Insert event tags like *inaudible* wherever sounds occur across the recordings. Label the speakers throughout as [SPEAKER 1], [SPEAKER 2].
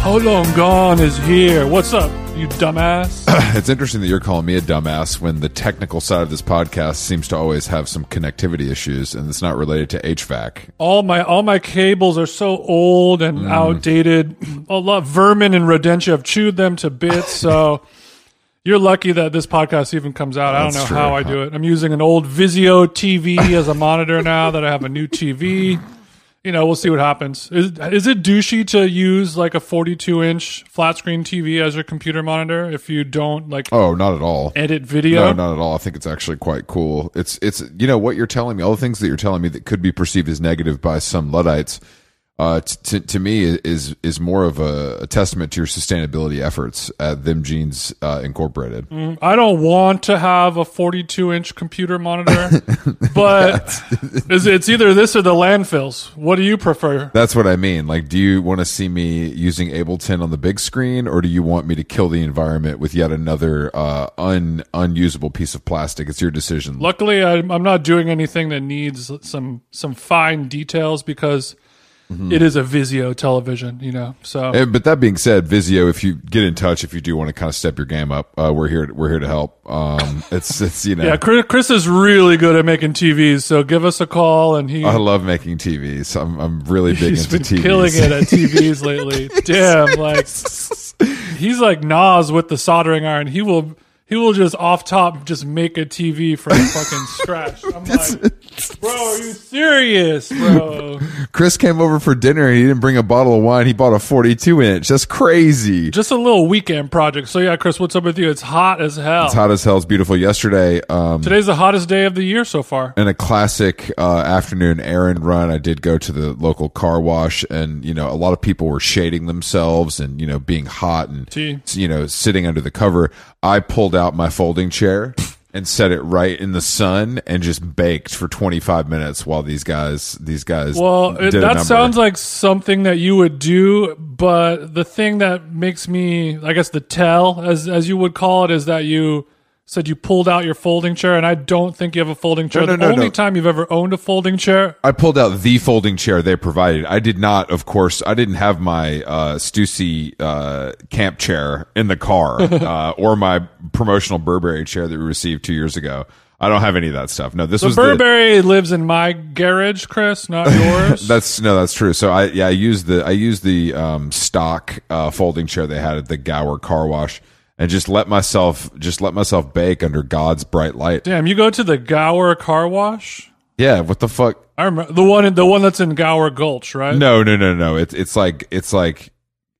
[SPEAKER 1] How long gone is here? What's up, you
[SPEAKER 2] *clears throat*
[SPEAKER 1] dumbass?
[SPEAKER 2] It's interesting that you're calling me a dumbass when the technical side of this podcast seems to always have some connectivity issues, and it's not related to HVAC.
[SPEAKER 1] all my all my cables are so old and
[SPEAKER 2] Mm.
[SPEAKER 1] outdated. A lot vermin and rodentia have chewed them to bits.
[SPEAKER 2] *laughs*
[SPEAKER 1] So you're lucky that this podcast even comes out. I don't know
[SPEAKER 2] That's
[SPEAKER 1] how
[SPEAKER 2] true,
[SPEAKER 1] I
[SPEAKER 2] huh?
[SPEAKER 1] do it. I'm using an old Vizio TV
[SPEAKER 2] *laughs*
[SPEAKER 1] as a monitor now that I have a new TV. You know, we'll see what happens. Is is it douchey to use like a 42 inch flat screen TV as your computer monitor if you don't like
[SPEAKER 2] Oh, not at all.
[SPEAKER 1] edit video?
[SPEAKER 2] No, not at all. I think it's actually quite cool. It's it's you know what you're telling me. All the things that you're telling me that could be perceived as negative by some Luddites, uh, t- to to me is is more of a, a testament to your sustainability efforts at Them Jeans uh, Incorporated.
[SPEAKER 1] I don't want to have a 42 inch computer monitor, but it's, it's either this or the landfills. What do you prefer?
[SPEAKER 2] That's what I mean. Like, do you want to see me using Ableton on the big screen, or do you want me to kill the environment with yet another uh, un unusable piece of plastic? It's your decision.
[SPEAKER 1] Luckily, I'm, I'm not doing anything that needs some some fine details because it is a Vizio television, you know. So
[SPEAKER 2] Eh, But that being said, Vizio, if you get in touch, if you do want to kind of step your game up, uh, we're here. We're here to help. Um, *laughs* it's it's you know,
[SPEAKER 1] yeah, Chris, Chris is really good at making TVs. So give us a call, and he
[SPEAKER 2] I love making TVs. I'm I'm really big
[SPEAKER 1] he's
[SPEAKER 2] into
[SPEAKER 1] been
[SPEAKER 2] TVs.
[SPEAKER 1] killing it at TVs
[SPEAKER 2] *laughs*
[SPEAKER 1] lately. Damn, like he's like Nas with the soldering iron. He will he will just off top just make a TV from
[SPEAKER 2] *laughs*
[SPEAKER 1] fucking scratch. I'm like, bro, are you serious,
[SPEAKER 2] *laughs*
[SPEAKER 1] bro?
[SPEAKER 2] Chris came over for dinner and he didn't bring a bottle of wine. He bought a 42 inch. That's crazy.
[SPEAKER 1] Just a little weekend project. So yeah, Chris, what's up with you? It's hot as hell.
[SPEAKER 2] It's hot as hell. It's beautiful. Yesterday, um,
[SPEAKER 1] Today's the hottest day of the year so far.
[SPEAKER 2] in a classic uh, afternoon errand run, I did go to the local car wash, and you know, a lot of people were shading themselves and you know, being hot and
[SPEAKER 1] Gee.
[SPEAKER 2] you know, sitting under the cover. I pulled out my folding chair and set it right in the sun and just baked for 25 minutes while these guys these guys
[SPEAKER 1] Well, it,
[SPEAKER 2] did a
[SPEAKER 1] that
[SPEAKER 2] number.
[SPEAKER 1] sounds like something that you would do, but the thing that makes me, I guess, the tell, as as you would call it, is that you said you pulled out your folding chair, and I don't think you have a folding chair.
[SPEAKER 2] no,
[SPEAKER 1] the
[SPEAKER 2] no,
[SPEAKER 1] only
[SPEAKER 2] no.
[SPEAKER 1] time you've ever owned a folding chair.
[SPEAKER 2] I pulled out the folding chair they provided. I did not, of course, I didn't have my uh, Stussy uh, camp chair in the car uh, or my promotional Burberry chair that we received two years ago. I don't have any of that stuff. No, this was the.
[SPEAKER 1] Burberry lives in my garage, Chris, not yours.
[SPEAKER 2] *laughs* That's no, that's true. So I yeah, I used the I used the um, stock uh, folding chair they had at the Gower Car Wash, and just let myself just let myself bake under God's bright light.
[SPEAKER 1] Damn, you go to the Gower car wash.
[SPEAKER 2] Yeah, what the fuck?
[SPEAKER 1] I remember the one, the one that's in Gower Gulch, right?
[SPEAKER 2] No, no, no, no. It's it's like it's like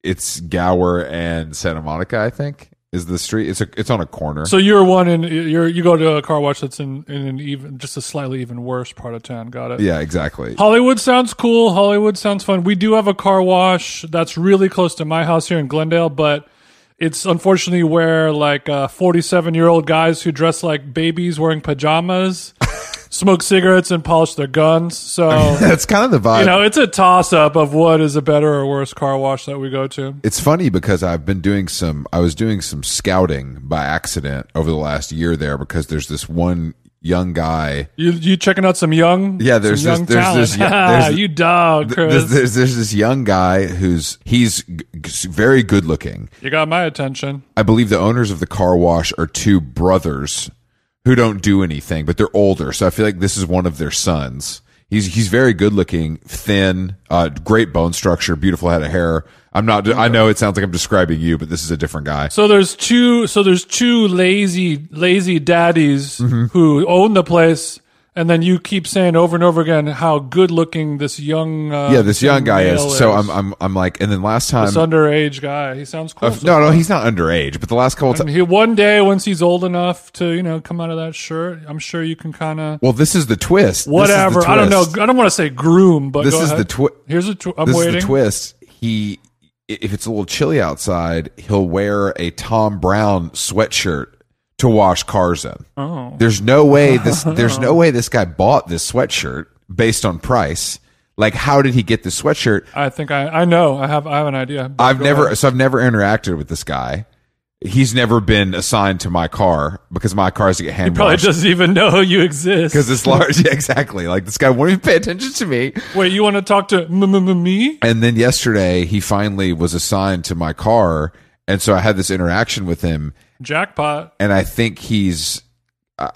[SPEAKER 2] it's Gower and Santa Monica. I think is the street. It's a it's on a corner.
[SPEAKER 1] So you're one in you're you go to a car wash that's in, in an even just a slightly even worse part of town. Got it.
[SPEAKER 2] yeah, exactly.
[SPEAKER 1] Hollywood sounds cool. Hollywood sounds fun. We do have a car wash that's really close to my house here in Glendale, but it's unfortunately where like uh, 47 year old guys who dress like babies wearing pajamas *laughs* smoke cigarettes and polish their guns.
[SPEAKER 2] *laughs*
[SPEAKER 1] So,
[SPEAKER 2] *laughs* That's kind of the vibe.
[SPEAKER 1] you know, it's a toss up of what is a better or worse car wash that we go to.
[SPEAKER 2] it's funny because I've been doing some. I was doing some scouting by accident over the last year there because there's this one young guy.
[SPEAKER 1] You, you checking out some young?
[SPEAKER 2] Yeah, there's
[SPEAKER 1] some
[SPEAKER 2] this- there's this
[SPEAKER 1] talent. *laughs*
[SPEAKER 2] young- there's-
[SPEAKER 1] you dog, Chris.
[SPEAKER 2] There's, there's, there's this young guy who's he's g- g- very good looking.
[SPEAKER 1] you got my attention.
[SPEAKER 2] I believe the owners of the car wash are two brothers who don't do anything, but they're older. So I feel like this is one of their sons. He's he's very good looking, thin, uh, great bone structure, beautiful head of hair. I'm not. I know it sounds like I'm describing you, but this is a different guy.
[SPEAKER 1] So there's two. So there's two lazy, lazy daddies
[SPEAKER 2] Mm-hmm.
[SPEAKER 1] who own the place, and then you keep saying over and over again how good looking this young. Uh,
[SPEAKER 2] Yeah, this young guy is.
[SPEAKER 1] male
[SPEAKER 2] So I'm I'm I'm like, and then last time, uh,
[SPEAKER 1] this underage guy. He sounds cool. so-
[SPEAKER 2] no, no, he's not underage, but the last couple times.
[SPEAKER 1] he, one day, once he's old enough to, you know, come out of that shirt, I'm sure you can kind of
[SPEAKER 2] Well, this is the twist. This is the
[SPEAKER 1] whatever. I don't know.
[SPEAKER 2] twist.
[SPEAKER 1] I don't want to say groom, but
[SPEAKER 2] This
[SPEAKER 1] go
[SPEAKER 2] is the
[SPEAKER 1] ahead.
[SPEAKER 2] twist.
[SPEAKER 1] Here's a. Tw- I'm
[SPEAKER 2] this
[SPEAKER 1] waiting.
[SPEAKER 2] is the twist. He, if it's a little chilly outside, he'll wear a Tom Brown sweatshirt to wash cars in. Oh. There's no
[SPEAKER 1] *laughs*
[SPEAKER 2] way this. There's no way this guy bought this sweatshirt based on price. Like, how did he get this sweatshirt?
[SPEAKER 1] I think I. I know. I have. I have an idea. but
[SPEAKER 2] I've
[SPEAKER 1] go
[SPEAKER 2] *laughs* never.
[SPEAKER 1] ahead.
[SPEAKER 2] So I've never interacted with this guy. he's never been assigned to my car because my cars get hand
[SPEAKER 1] Probably
[SPEAKER 2] washed
[SPEAKER 1] doesn't even know you
[SPEAKER 2] *laughs*
[SPEAKER 1] exist.
[SPEAKER 2] because it's large. Yeah, exactly. Like this guy won't even pay attention to me.
[SPEAKER 1] Wait, you want to talk to m- m- m- me?
[SPEAKER 2] And then yesterday he finally was assigned to my car, and so I had this interaction with him,
[SPEAKER 1] Jackpot.
[SPEAKER 2] and I think he's, uh,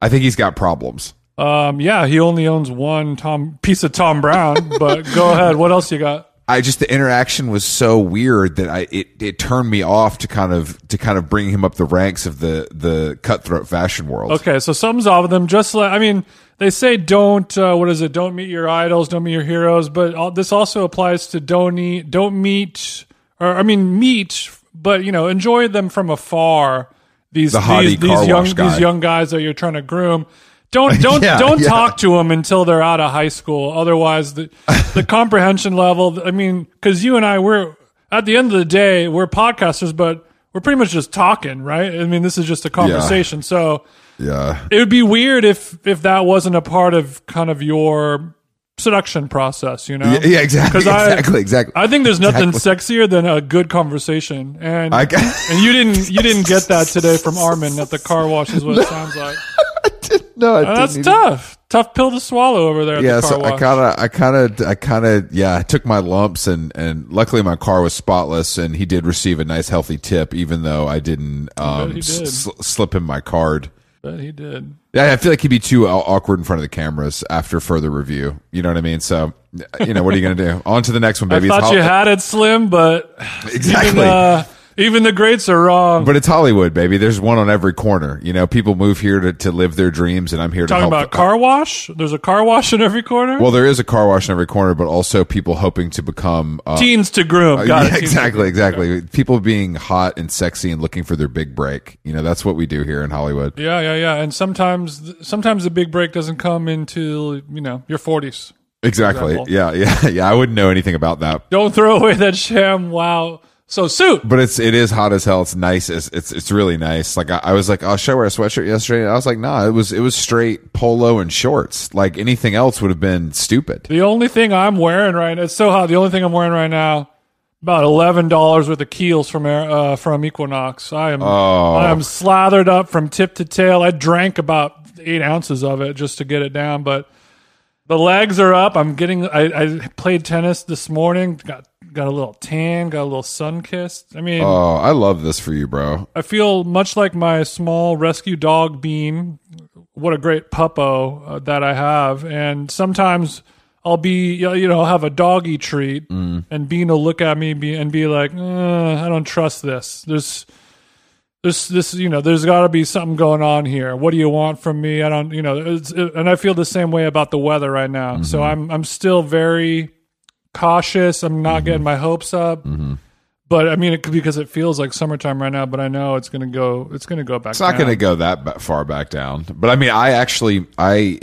[SPEAKER 2] I think he's got problems.
[SPEAKER 1] Um, yeah, he only owns one Tom piece of Tom Brown. but go ahead. What else you got?
[SPEAKER 2] I just the interaction was so weird that I it, it turned me off to kind of to kind of bring him up the ranks of the the cutthroat fashion world.
[SPEAKER 1] Okay, so some's off of them. Just like I mean, they say don't. Uh, what is it? Don't meet your idols. Don't meet your heroes. But all, this also applies to don't eat. Don't meet. Or I mean, meet. But you know, enjoy them from afar. These
[SPEAKER 2] The hottie
[SPEAKER 1] these,
[SPEAKER 2] car
[SPEAKER 1] these young
[SPEAKER 2] wash guy.
[SPEAKER 1] these young guys that you're trying to groom. Don't don't
[SPEAKER 2] *laughs* Yeah,
[SPEAKER 1] don't
[SPEAKER 2] yeah.
[SPEAKER 1] talk to them until they're out of high school. Otherwise,
[SPEAKER 2] *laughs*
[SPEAKER 1] the the comprehension level. I mean, because you and I, we're at the end of the day, we're podcasters, but we're pretty much just talking, right? I mean, this is just a conversation. So
[SPEAKER 2] Yeah.
[SPEAKER 1] it would be weird if if that wasn't a part of kind of your seduction process you know
[SPEAKER 2] Yeah, yeah,
[SPEAKER 1] *laughs*
[SPEAKER 2] exactly.
[SPEAKER 1] 'Cause I-
[SPEAKER 2] Exactly. exactly.
[SPEAKER 1] i think there's nothing sexier than a good conversation and
[SPEAKER 2] I
[SPEAKER 1] *laughs*
[SPEAKER 2] got- *laughs*
[SPEAKER 1] and you didn't you didn't get that today from armin at the car wash is what
[SPEAKER 2] *laughs*
[SPEAKER 1] it sounds like
[SPEAKER 2] no, I
[SPEAKER 1] And Uh, that's
[SPEAKER 2] didn't even-
[SPEAKER 1] tough tough pill to swallow over there at
[SPEAKER 2] Yeah,
[SPEAKER 1] the car
[SPEAKER 2] so I
[SPEAKER 1] wash.
[SPEAKER 2] kind of, I kind of, I kind of, yeah, I took my lumps and and luckily my car was spotless and he did receive a nice healthy tip even though I didn't um
[SPEAKER 1] he did.
[SPEAKER 2] s- sl- slip him my card.
[SPEAKER 1] but he did
[SPEAKER 2] Yeah, I feel like he'd be too aw- awkward in front of the cameras after further review. You know what I mean? So, you know, what are you going to
[SPEAKER 1] *laughs*
[SPEAKER 2] do? On to the next one, baby. It's
[SPEAKER 1] thought
[SPEAKER 2] Hol-
[SPEAKER 1] you had it slim but even,
[SPEAKER 2] *laughs* exactly.
[SPEAKER 1] uh, even the greats are wrong
[SPEAKER 2] but it's Hollywood, baby. There's one on every corner. You know, people move here to, to live their dreams, and I'm here to
[SPEAKER 1] talking
[SPEAKER 2] help.
[SPEAKER 1] about car wash there's a car wash in every corner
[SPEAKER 2] well, there is a car wash in every corner, but also people hoping to become. Uh,
[SPEAKER 1] teens to groom got it
[SPEAKER 2] yeah,
[SPEAKER 1] teens to
[SPEAKER 2] exactly, exactly. People being hot and sexy and looking for their big break. You know, that's what we do here in Hollywood.
[SPEAKER 1] Yeah, yeah, yeah. And sometimes, sometimes the big break doesn't come until you know your forties.
[SPEAKER 2] Exactly. Yeah, yeah, *laughs* yeah. I wouldn't know anything about that.
[SPEAKER 1] Don't throw away *laughs* that sham. Wow. So suit.
[SPEAKER 2] But it's it is hot as hell. It's nice. It's it's, it's really nice. Like I, I was like, oh, should I wear a sweatshirt yesterday? And I was like, nah. It was it was straight polo and shorts. Like anything else would have been stupid.
[SPEAKER 1] The only thing I'm wearing right now, it's so hot. The only thing I'm wearing right now, about eleven dollars worth of keels from Air- uh, from Equinox. I am I am slathered up from tip to tail. I drank about eight ounces of it just to get it down, but the legs are up. I'm getting. I, I played tennis this morning. Got got a little tan. Got a little sun kissed. I mean.
[SPEAKER 2] Oh, I love this for you, bro.
[SPEAKER 1] I feel much like my small rescue dog Bean. What a great puppo uh, that I have. And sometimes I'll be, you know- you know, I'll have a doggy treat, and Bean will look at me and be, and be like, "Uh, "I don't trust this. There's, there's this, you know, there's got to be something going on here. What do you want from me? I don't, you know." It's, it, and I feel the same way about the weather right now. So I'm, I'm still very cautious. I'm not getting my hopes up. But I mean, it could because it feels like summertime right now. But I know it's gonna go. It's gonna go back.
[SPEAKER 2] It's not going to go that ba- far back down. But I mean, I actually i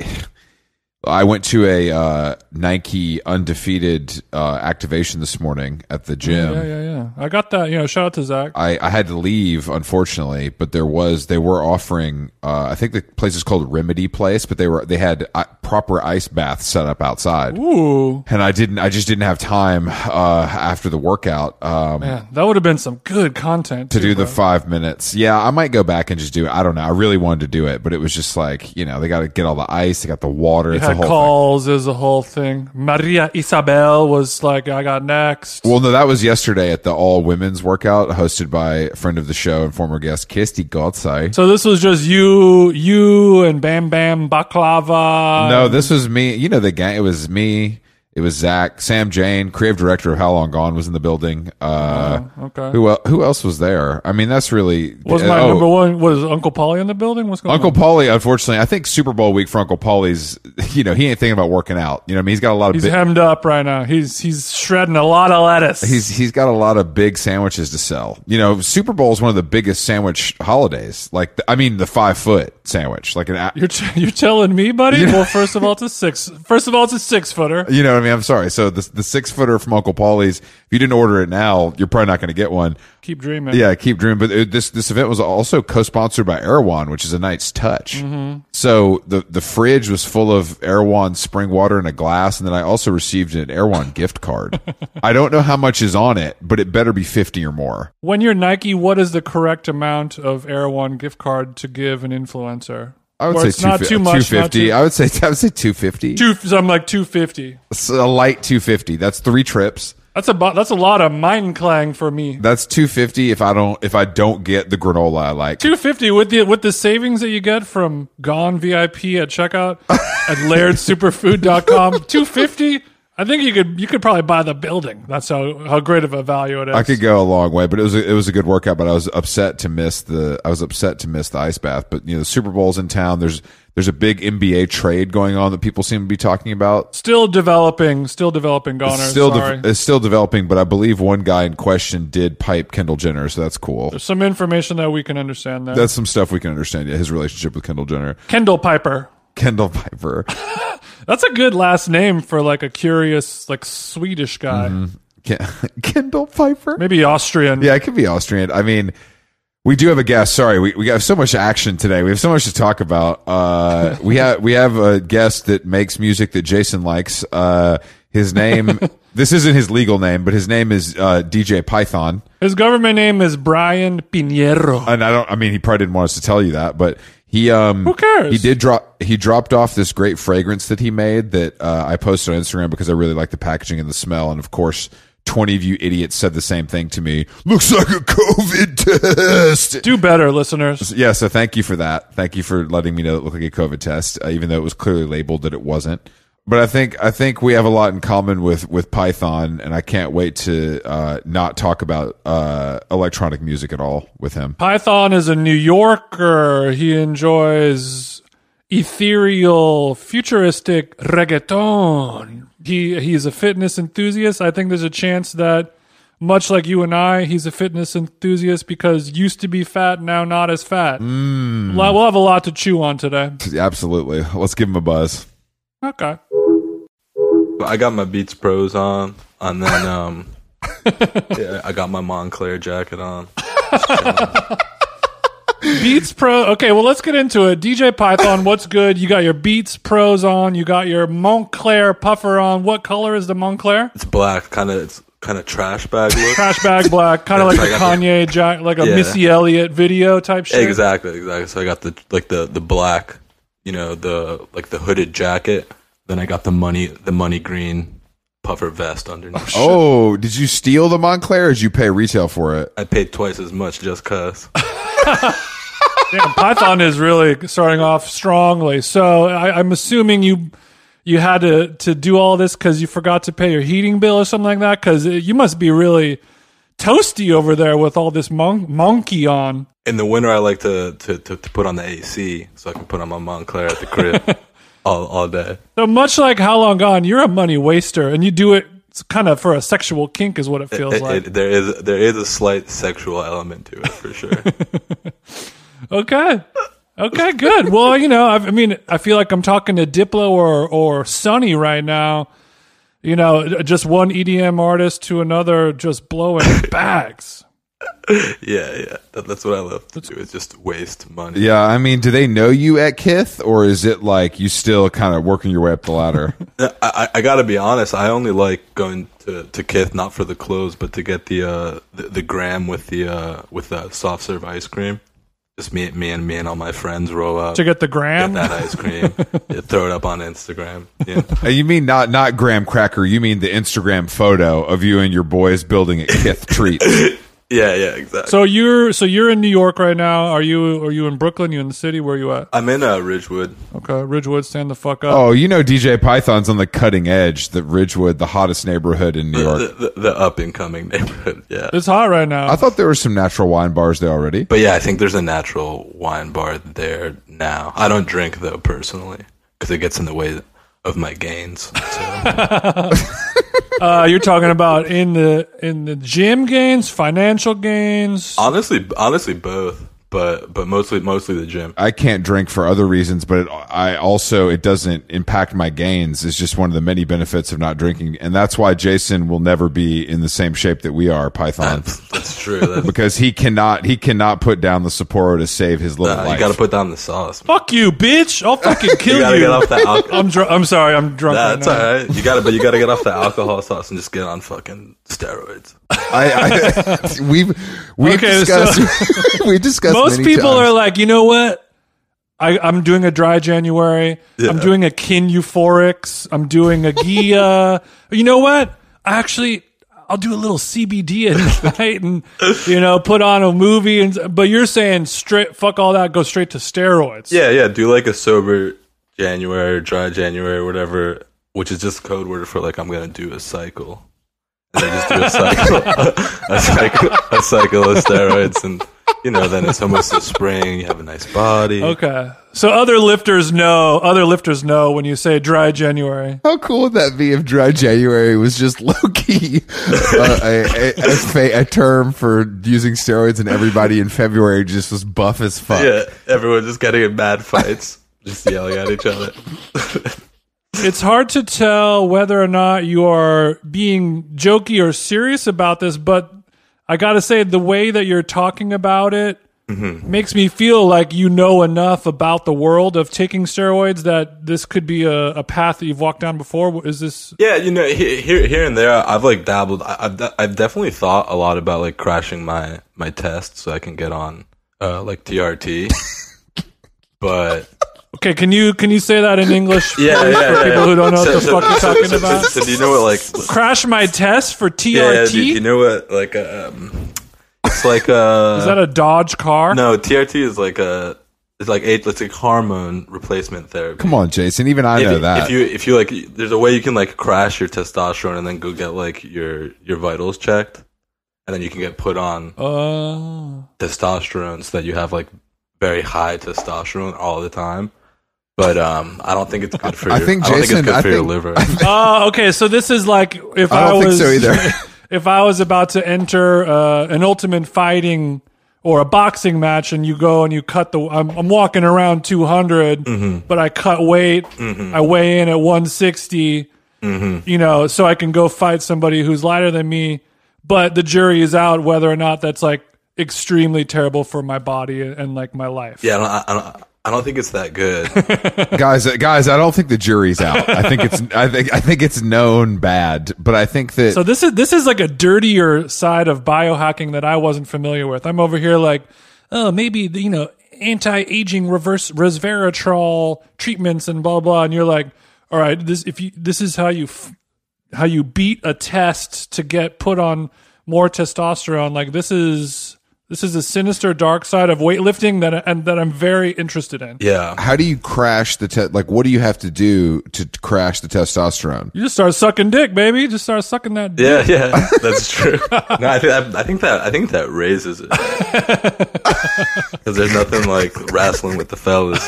[SPEAKER 2] I went to a uh, Nike undefeated uh, activation this morning at the gym.
[SPEAKER 1] Oh, Yeah, yeah, yeah. I got that. You know, shout out to Zach.
[SPEAKER 2] I, I had to leave unfortunately, but there was they were offering uh, I think the place is called Remedy Place, but they were they had uh, proper ice baths set up outside,
[SPEAKER 1] Ooh,
[SPEAKER 2] and I didn't I just didn't have time uh, after the workout um,
[SPEAKER 1] man, that would have been some good content
[SPEAKER 2] to do the five minutes. Yeah, I might go back and just do it. I don't know. I really wanted to do it, but it was just like you know they got to get all the ice, they got the water, it's a
[SPEAKER 1] Had
[SPEAKER 2] whole thing.
[SPEAKER 1] calls is a whole thing. Maria Isabel was like, I got next.
[SPEAKER 2] Well, no, that was yesterday at the all women's workout hosted by a friend of the show and former guest Kirsty Gottsay.
[SPEAKER 1] so this was just you, you and Bam Bam Baklava.
[SPEAKER 2] No, this was me. You know the gang. It was me. It was Zach, Sam Jane, creative director of How Long Gone was in the building. Uh,
[SPEAKER 1] okay.
[SPEAKER 2] Who el- who else was there? I mean, that's really
[SPEAKER 1] was my
[SPEAKER 2] oh,
[SPEAKER 1] number one? Was Uncle Polly in the building? What's going
[SPEAKER 2] Uncle
[SPEAKER 1] on?
[SPEAKER 2] Paulie. Unfortunately, I think Super Bowl week for Uncle Paulie's. *laughs* You know, he ain't thinking about working out. You know, what I mean, he's got a lot of
[SPEAKER 1] He's
[SPEAKER 2] big,
[SPEAKER 1] hemmed up right now. He's he's shredding a lot of lettuce.
[SPEAKER 2] he's he's got a lot of big sandwiches to sell. You know, Super Bowl is one of the biggest sandwich holidays. Like, the, I mean, the five foot sandwich, like an. a-
[SPEAKER 1] *laughs* You're, t- you're telling me, buddy? Well, first of all, it's a six. First of all, it's a six footer.
[SPEAKER 2] You know what I mean? mean, I'm sorry. So the the six footer from Uncle Paulie's, if you didn't order it now, you're probably not going to get one.
[SPEAKER 1] Keep dreaming.
[SPEAKER 2] Yeah, keep dreaming. But it, this this event was also co-sponsored by Erewhon, which is a nice touch. So the the fridge was full of Erewhon spring water in a glass, and then I also received an Erewhon gift card. I don't know how much is on it, but it better be fifty or more.
[SPEAKER 1] When you're Nike, what is the correct amount of Erewhon gift card to give an influencer?
[SPEAKER 2] I would
[SPEAKER 1] Or
[SPEAKER 2] say
[SPEAKER 1] it's not too much.
[SPEAKER 2] two
[SPEAKER 1] not
[SPEAKER 2] fifty. I would say *laughs* I would say two fifty.
[SPEAKER 1] too- two- so I'm like two fifty.
[SPEAKER 2] A light two fifty. That's three trips.
[SPEAKER 1] That's a bo- that's a lot of mind clang for me.
[SPEAKER 2] That's two fifty. If I don't if I don't get the granola I like.
[SPEAKER 1] Two fifty with the with the savings that you get from Gone VIP at
[SPEAKER 2] *laughs*
[SPEAKER 1] checkout at LairdSuperfood.com. Two fifty. I think you could you could probably buy the building. That's how how great of a value it is.
[SPEAKER 2] I could go a long way, but it was a, it was a good workout. But I was upset to miss the I was upset to miss the ice bath. But you know the Super Bowl's in town. There's there's a big NBA trade going on that people seem to be talking about.
[SPEAKER 1] still developing, still developing Goner.
[SPEAKER 2] still de-
[SPEAKER 1] sorry.
[SPEAKER 2] it's still developing, but I believe one guy in question did pipe Kendall Jenner, so that's cool.
[SPEAKER 1] Some information that we can understand there.
[SPEAKER 2] That's some stuff we can understand. Yeah, his relationship with Kendall Jenner,
[SPEAKER 1] Kendall Piper.
[SPEAKER 2] Kendall Piper,
[SPEAKER 1] That's a good last name for like a curious, like Swedish guy,
[SPEAKER 2] Ken- *laughs* Kendall Piper.
[SPEAKER 1] maybe Austrian.
[SPEAKER 2] Yeah, it could be Austrian. I mean, we do have a guest. Sorry, we, we have so much action today. We have so much to talk about. Uh, we have we have a guest that makes music that Jason likes. Uh, his name. this isn't his legal name, but his name is uh, DJ Python.
[SPEAKER 1] His government name is Brian Pinheiro.
[SPEAKER 2] And I don't. I mean, he probably didn't want us to tell you that, but he. Um, Who
[SPEAKER 1] cares?
[SPEAKER 2] He did drop. He dropped off this great fragrance that he made that uh, I posted on Instagram because I really like the packaging and the smell, and of course. 20 of you idiots said the same thing to me. Looks like a COVID test.
[SPEAKER 1] Do better, listeners.
[SPEAKER 2] Yeah, so thank you for that. Thank you for letting me know it looked like a COVID test, uh, even though it was clearly labeled that it wasn't. But I think I think we have a lot in common with with Python, and I can't wait to uh, not talk about uh, electronic music at all with him.
[SPEAKER 1] Python is a New Yorker. He enjoys ethereal, futuristic reggaeton. He he's a fitness enthusiast. I think there's a chance that much like you and I, he's a fitness enthusiast because used to be fat, now not as fat. Lo- We'll have a lot to chew on today. *laughs*
[SPEAKER 2] Absolutely, let's give him a buzz.
[SPEAKER 1] Okay.
[SPEAKER 3] I got my Beats Pros on, and
[SPEAKER 1] *laughs*
[SPEAKER 3] then um, yeah, I got my Montclair jacket on.
[SPEAKER 1] Beats Pro. Okay, well, let's get into it. DJ Python, what's good? You got your Beats Pros on. You got your Montclair puffer on. What color is the Montclair?
[SPEAKER 3] It's black, kind of it's kind of trash bag look.
[SPEAKER 1] Trash bag black, kind of like
[SPEAKER 3] That's
[SPEAKER 1] a
[SPEAKER 3] right, I got
[SPEAKER 1] Kanye, Jack, like a
[SPEAKER 3] Yeah.
[SPEAKER 1] Missy Elliott video type shit.
[SPEAKER 3] exactly, exactly. So I got the like the the black, you know, the like the hooded jacket. Then I got the money the money green puffer vest underneath.
[SPEAKER 2] Oh, did you steal the Montclair? or Did you pay retail for it?
[SPEAKER 3] I paid twice as much just cause.
[SPEAKER 1] Damn, Python is really starting off strongly. So I, I'm assuming you you had to to do all this because you forgot to pay your heating bill or something like that. Because you must be really toasty over there with all this mon- monkey on.
[SPEAKER 3] In the winter, I like to, to to to put on the AC so I can put on my Montclair at
[SPEAKER 1] *laughs*
[SPEAKER 3] the crib all all day.
[SPEAKER 1] So much like How Long Gone, you're a money waster, and you do it kind of for a sexual kink, is what it feels
[SPEAKER 3] It,
[SPEAKER 1] like.
[SPEAKER 3] it, there is there is a slight sexual element to it for sure.
[SPEAKER 1] okay, okay, good. Well, you know, I, I mean, I feel like I'm talking to Diplo or or Sonny right now. You know, just one EDM artist to another, just
[SPEAKER 3] *laughs*
[SPEAKER 1] blowing bags.
[SPEAKER 3] Yeah, yeah. That, that's what I love to do is just waste money.
[SPEAKER 2] Yeah, I mean, do they know you at Kith, or is it like you still kind of working your way up the ladder?
[SPEAKER 3] I, I, I gotta be honest. I only like going to, to Kith not for the clothes, but to get the uh the, the gram with the uh with the soft serve ice cream. Just me, me and me and all my friends roll up
[SPEAKER 1] To get the
[SPEAKER 3] get
[SPEAKER 1] gram,
[SPEAKER 3] that ice cream, yeah, throw it up on Instagram. Yeah.
[SPEAKER 2] Uh, You mean not not Graham Cracker? You mean the Instagram photo of you and your boys building at Kith Treats?
[SPEAKER 3] yeah, yeah, exactly.
[SPEAKER 1] so you're so you're in New York right now. Are you are you in Brooklyn? You in the city? Where you at?
[SPEAKER 3] I'm in uh, Ridgewood.
[SPEAKER 1] Okay, Ridgewood, stand the fuck up.
[SPEAKER 2] Oh, you know DJ Python's on the cutting edge, the Ridgewood, the hottest neighborhood in New York.
[SPEAKER 3] The, the, the up and coming neighborhood. Yeah.
[SPEAKER 1] It's hot right now.
[SPEAKER 2] I thought there were some natural wine bars there already.
[SPEAKER 3] But yeah, I think there's a natural wine bar there now. I don't drink though personally because it gets in the way of my gains.
[SPEAKER 1] *laughs*
[SPEAKER 3] So.
[SPEAKER 1] Uh, you're talking about in the in the gym gains, financial gains.
[SPEAKER 3] Uh, honestly, honestly, both. but but mostly mostly the gym.
[SPEAKER 2] I can't drink for other reasons, but it, I also it doesn't impact my gains. It's just one of the many benefits of not drinking, and that's why Jason will never be in the same shape that we are, Python,
[SPEAKER 1] Uh,
[SPEAKER 3] That's
[SPEAKER 1] *laughs*
[SPEAKER 3] true. That's, *laughs*
[SPEAKER 2] because he cannot he cannot put down the Sapporo to save his little
[SPEAKER 3] nah,
[SPEAKER 2] life.
[SPEAKER 3] you got to put down the sauce. man.
[SPEAKER 1] Fuck you, bitch! I'll fucking kill
[SPEAKER 3] *laughs* You
[SPEAKER 1] you.
[SPEAKER 3] got to
[SPEAKER 1] *laughs*
[SPEAKER 3] get off that alcohol.
[SPEAKER 1] I'm dr- I'm sorry. I'm drunk.
[SPEAKER 3] Nah,
[SPEAKER 1] right
[SPEAKER 3] it's
[SPEAKER 1] now.
[SPEAKER 3] all right. You got to, but you got to get off the alcohol sauce and just get on fucking steroids.
[SPEAKER 2] I,
[SPEAKER 1] *laughs*
[SPEAKER 2] *laughs* I, we've we've
[SPEAKER 1] Okay, so-
[SPEAKER 2] discussed we discussed *laughs*
[SPEAKER 1] Most
[SPEAKER 2] many
[SPEAKER 1] people
[SPEAKER 2] times.
[SPEAKER 1] are like, you know what? I, I'm doing a dry January. I'm doing a kin euphorics. I'm doing a
[SPEAKER 3] *laughs*
[SPEAKER 1] Gia. you know what? I actually, I'll do a little CBD at night and, you know, put on a movie. And But you're saying straight, fuck all that, go straight to steroids.
[SPEAKER 3] Yeah, yeah. Do like a sober January, dry January, whatever, which is just code word for like I'm gonna do a cycle. And then just do a cycle, a cycle, a cycle of steroids, and you know, then it's almost the spring. You have a nice body.
[SPEAKER 1] Okay. So other lifters know, other lifters know when you say dry January.
[SPEAKER 2] How cool would that be if Dry January was just low key *laughs* uh, a, a, a, fa- a term for using steroids, and everybody in February just was buff as fuck.
[SPEAKER 3] Yeah, everyone just getting in mad fights, just yelling at each other.
[SPEAKER 1] It's hard to tell whether or not you are being jokey or serious about this, but I got to say, the way that you're talking about it
[SPEAKER 3] Mm-hmm.
[SPEAKER 1] makes me feel like you know enough about the world of taking steroids that this could be a, a path that you've walked down before. Is this
[SPEAKER 3] Yeah, you know, he- here, here and there, I've like dabbled. I- I've, de- I've definitely thought a lot about like crashing my my test so I can get on uh, like TRT. but
[SPEAKER 1] okay? Can you can you say that in English?
[SPEAKER 3] *laughs* yeah, yeah, yeah,
[SPEAKER 1] for people
[SPEAKER 3] yeah.
[SPEAKER 1] who don't know what the
[SPEAKER 3] So-
[SPEAKER 1] fuck you're
[SPEAKER 3] so-
[SPEAKER 1] talking
[SPEAKER 3] so-
[SPEAKER 1] about.
[SPEAKER 3] So, so do you know what like
[SPEAKER 1] Crash my test for TRT.
[SPEAKER 3] yeah, yeah, do you know what like um, it's like uh,
[SPEAKER 1] Is that a Dodge car?
[SPEAKER 3] no TRT is like a it's like eight it's like hormone replacement therapy.
[SPEAKER 2] Come on, Jason. Even I know
[SPEAKER 3] if,
[SPEAKER 2] that.
[SPEAKER 3] If you *laughs* if you like, there's a way you can like crash your testosterone and then go get like your your vitals checked, and then you can get put on
[SPEAKER 1] Uh,
[SPEAKER 3] testosterone so that you have like very high testosterone all the time. But um, I don't think it's good for.
[SPEAKER 2] I
[SPEAKER 3] your,
[SPEAKER 2] think
[SPEAKER 3] I don't think
[SPEAKER 2] Jason-
[SPEAKER 3] it's good
[SPEAKER 2] I
[SPEAKER 3] for your
[SPEAKER 2] think-
[SPEAKER 3] liver.
[SPEAKER 1] oh, okay. So this is like if
[SPEAKER 2] I
[SPEAKER 1] I,
[SPEAKER 2] don't think
[SPEAKER 1] was
[SPEAKER 2] so either.
[SPEAKER 1] *laughs* if I was about to enter uh, an ultimate fighting or a boxing match and you go and you cut the I'm, I'm walking around 200
[SPEAKER 2] Mm-hmm.
[SPEAKER 1] but I cut weight I weigh in at 160
[SPEAKER 2] Mm-hmm.
[SPEAKER 1] you know so I can go fight somebody who's lighter than me but the jury is out whether or not that's like extremely terrible for my body and, and like my life
[SPEAKER 3] yeah, I don't, I don't. I don't think it's that
[SPEAKER 2] *laughs*
[SPEAKER 3] good.
[SPEAKER 2] guys, uh, guys, I don't think the jury's out. I think it's, I think, I think it's known bad, but I think that
[SPEAKER 1] So this is this is like a dirtier side of biohacking that I wasn't familiar with. I'm over here like, oh, maybe the, you know, anti-aging reverse resveratrol treatments and blah blah. And you're like, all right, this if you this is how you f- how you beat a test to get put on more testosterone. Like this is this is a sinister dark side of weightlifting that I- and that I'm very interested in.
[SPEAKER 3] Yeah,
[SPEAKER 2] how do you crash the te- like? What do you have to do to crash the
[SPEAKER 3] *laughs*
[SPEAKER 2] testosterone?
[SPEAKER 1] You just start sucking dick, baby. Just start sucking that. dick.
[SPEAKER 3] yeah, yeah. That's true. No, I think I, I think that I think that
[SPEAKER 2] *laughs*
[SPEAKER 3] raises it because there's nothing like wrestling with the fellas.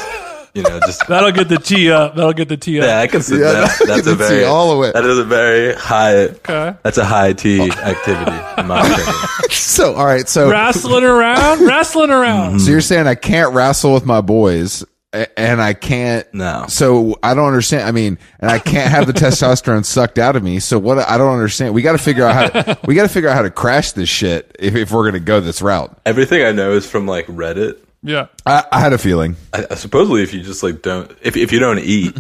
[SPEAKER 3] You know, just
[SPEAKER 1] That'll get the T up. That'll get the T up.
[SPEAKER 3] Yeah, I can see
[SPEAKER 2] Yeah,
[SPEAKER 3] that.
[SPEAKER 2] I
[SPEAKER 3] That's
[SPEAKER 2] can
[SPEAKER 3] a
[SPEAKER 2] see
[SPEAKER 3] very
[SPEAKER 2] all of it.
[SPEAKER 3] That is a very high.
[SPEAKER 1] Okay.
[SPEAKER 3] That's a high T activity in my
[SPEAKER 2] *laughs*
[SPEAKER 3] opinion.
[SPEAKER 2] So, all right, so
[SPEAKER 1] Wrestling *laughs* around, wrestling around.
[SPEAKER 2] So you're saying I can't wrestle with my boys a- and I can't
[SPEAKER 3] No.
[SPEAKER 2] So I don't understand. I mean, and I can't have
[SPEAKER 3] *laughs*
[SPEAKER 2] the testosterone sucked out of me. So what I don't understand. We got to figure out how to, we got to figure out how to crash this shit if, if we're going to go this route.
[SPEAKER 3] Everything I know is from like Reddit.
[SPEAKER 1] Yeah.
[SPEAKER 2] I, I had a feeling.
[SPEAKER 3] I, I- supposedly, if you just like don't, if if you don't eat,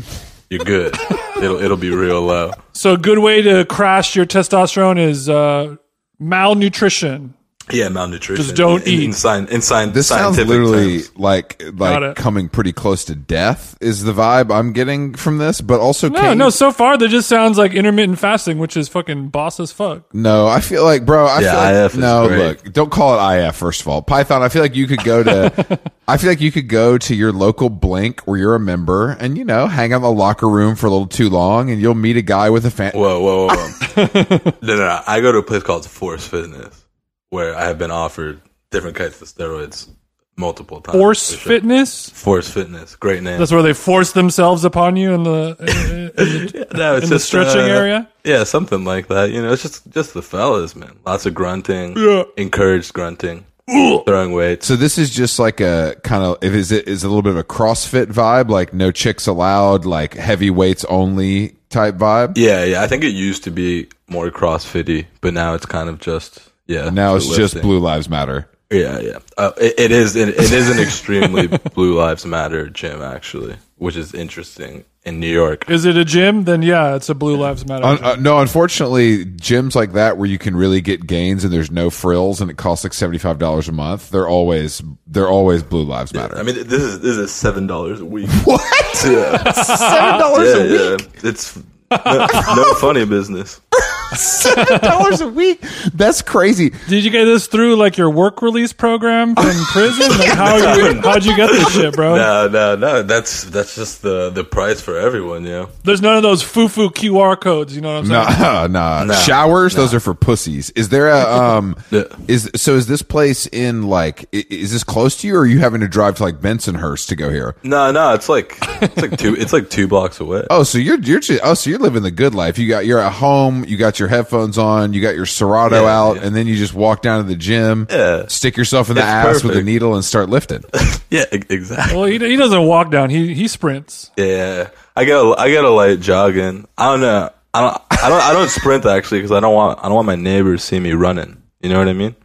[SPEAKER 3] you're
[SPEAKER 2] *laughs*
[SPEAKER 3] good. It'll it'll be real low.
[SPEAKER 1] So a good way to crash your testosterone is uh, malnutrition.
[SPEAKER 3] Yeah, malnutrition.
[SPEAKER 1] Just don't
[SPEAKER 3] In- in,
[SPEAKER 1] eat.
[SPEAKER 3] In, sci- in sci-
[SPEAKER 2] This sounds
[SPEAKER 3] scientific
[SPEAKER 2] literally
[SPEAKER 3] terms.
[SPEAKER 2] like
[SPEAKER 1] Got
[SPEAKER 2] like
[SPEAKER 1] it.
[SPEAKER 2] coming pretty close to death is the vibe I'm getting from this, but also
[SPEAKER 1] No,
[SPEAKER 2] Kane-
[SPEAKER 1] no. So far, that just sounds like intermittent fasting, which is fucking boss as fuck.
[SPEAKER 2] No, I feel like, bro. I
[SPEAKER 3] Yeah,
[SPEAKER 2] feel like,
[SPEAKER 3] IF is
[SPEAKER 2] no.
[SPEAKER 3] great.
[SPEAKER 2] Look, don't call it IF. First of all, Python. I feel like you could go to.
[SPEAKER 1] *laughs*
[SPEAKER 2] I feel like you could go to your local blink where you're a member, and you know, hang out in the locker room for a little too long, and you'll meet a guy with a fan.
[SPEAKER 3] Whoa, whoa, whoa! whoa.
[SPEAKER 1] *laughs*
[SPEAKER 3] no, no, no. I go to a place called Force Fitness, where I have been offered different kinds of steroids multiple times.
[SPEAKER 1] Force
[SPEAKER 3] for sure.
[SPEAKER 1] fitness.
[SPEAKER 3] Force Fitness, great name.
[SPEAKER 1] That's where they force themselves upon you in the in, in the, *laughs*
[SPEAKER 3] no, it's
[SPEAKER 1] in the stretching
[SPEAKER 3] uh,
[SPEAKER 1] area.
[SPEAKER 3] Yeah, something like that. You know, it's just just the fellas, man. Lots of grunting.
[SPEAKER 1] Yeah.
[SPEAKER 3] Encouraged grunting. throwing weights.
[SPEAKER 2] So this is just like a kind of if is it is a little bit of a CrossFit vibe, like no chicks allowed, like heavy weights only type vibe.
[SPEAKER 3] Yeah, yeah. I think it used to be more CrossFitty, but now it's kind of just yeah.
[SPEAKER 2] Now it's
[SPEAKER 3] lifting.
[SPEAKER 2] just Blue Lives Matter.
[SPEAKER 3] Yeah, yeah. Uh, it, it is. It, it is an extremely Blue Lives Matter gym, actually, which is interesting in New York.
[SPEAKER 1] Is it a gym? Then yeah, it's a Blue Lives Matter.
[SPEAKER 2] Un-
[SPEAKER 1] gym.
[SPEAKER 2] uh, no, unfortunately, gyms like that where you can really get gains and there's no frills and it costs like seventy five dollars a month. They're always they're always Blue Lives Matter.
[SPEAKER 3] I mean, this is this is seven dollars a week.
[SPEAKER 2] what? *laughs*
[SPEAKER 3] Yeah,
[SPEAKER 2] Seven dollars
[SPEAKER 3] yeah, yeah. It's no, no funny business.
[SPEAKER 2] Seven dollars a week. That's crazy.
[SPEAKER 1] Did you get this through like your work release program from prison? Like, how are you, how'd you get this shit, bro?
[SPEAKER 3] No, no, no. That's that's just the the price for everyone. Yeah.
[SPEAKER 1] There's none of those foo-foo QR codes. You know what I'm saying?
[SPEAKER 2] *laughs* Nah, nah.
[SPEAKER 3] Nah,
[SPEAKER 2] Showers, those are for pussies. Is there a um?
[SPEAKER 3] *laughs* Yeah.
[SPEAKER 2] Is so? Is this place in like? i- Is this close to you, or are you having to drive to like Bensonhurst to go here?
[SPEAKER 3] No, no. It's like it's like two. It's like two blocks away.
[SPEAKER 2] Oh, so you're you're just, oh, so you're living the good life. You got you're at home. You got your headphones on. You got your Serato
[SPEAKER 3] Yeah,
[SPEAKER 2] out,
[SPEAKER 3] yeah.
[SPEAKER 2] and then you just walk down to the gym.
[SPEAKER 3] Yeah.
[SPEAKER 2] Stick yourself in the
[SPEAKER 3] It's
[SPEAKER 2] ass with a
[SPEAKER 3] perfect.
[SPEAKER 2] needle and start lifting.
[SPEAKER 3] *laughs* Yeah, e- exactly.
[SPEAKER 1] Well, he, he doesn't walk down. He he sprints.
[SPEAKER 3] Yeah, I got I got a light jogging. I don't know. I don't I don't I don't sprint actually because I don't want I don't want my neighbors to see me running. You know what I mean?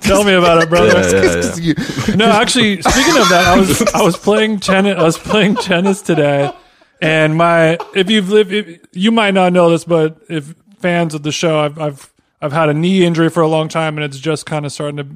[SPEAKER 1] Tell me about it, brother.
[SPEAKER 3] Yeah, yeah, yeah.
[SPEAKER 2] *laughs* You-
[SPEAKER 1] No, actually, speaking of that, I was I was playing tennis. I was playing tennis today, and my if you've lived, if, you might not know this, but if fans of the show, I've I've I've had a knee injury for a long time, and it's just kind of starting to.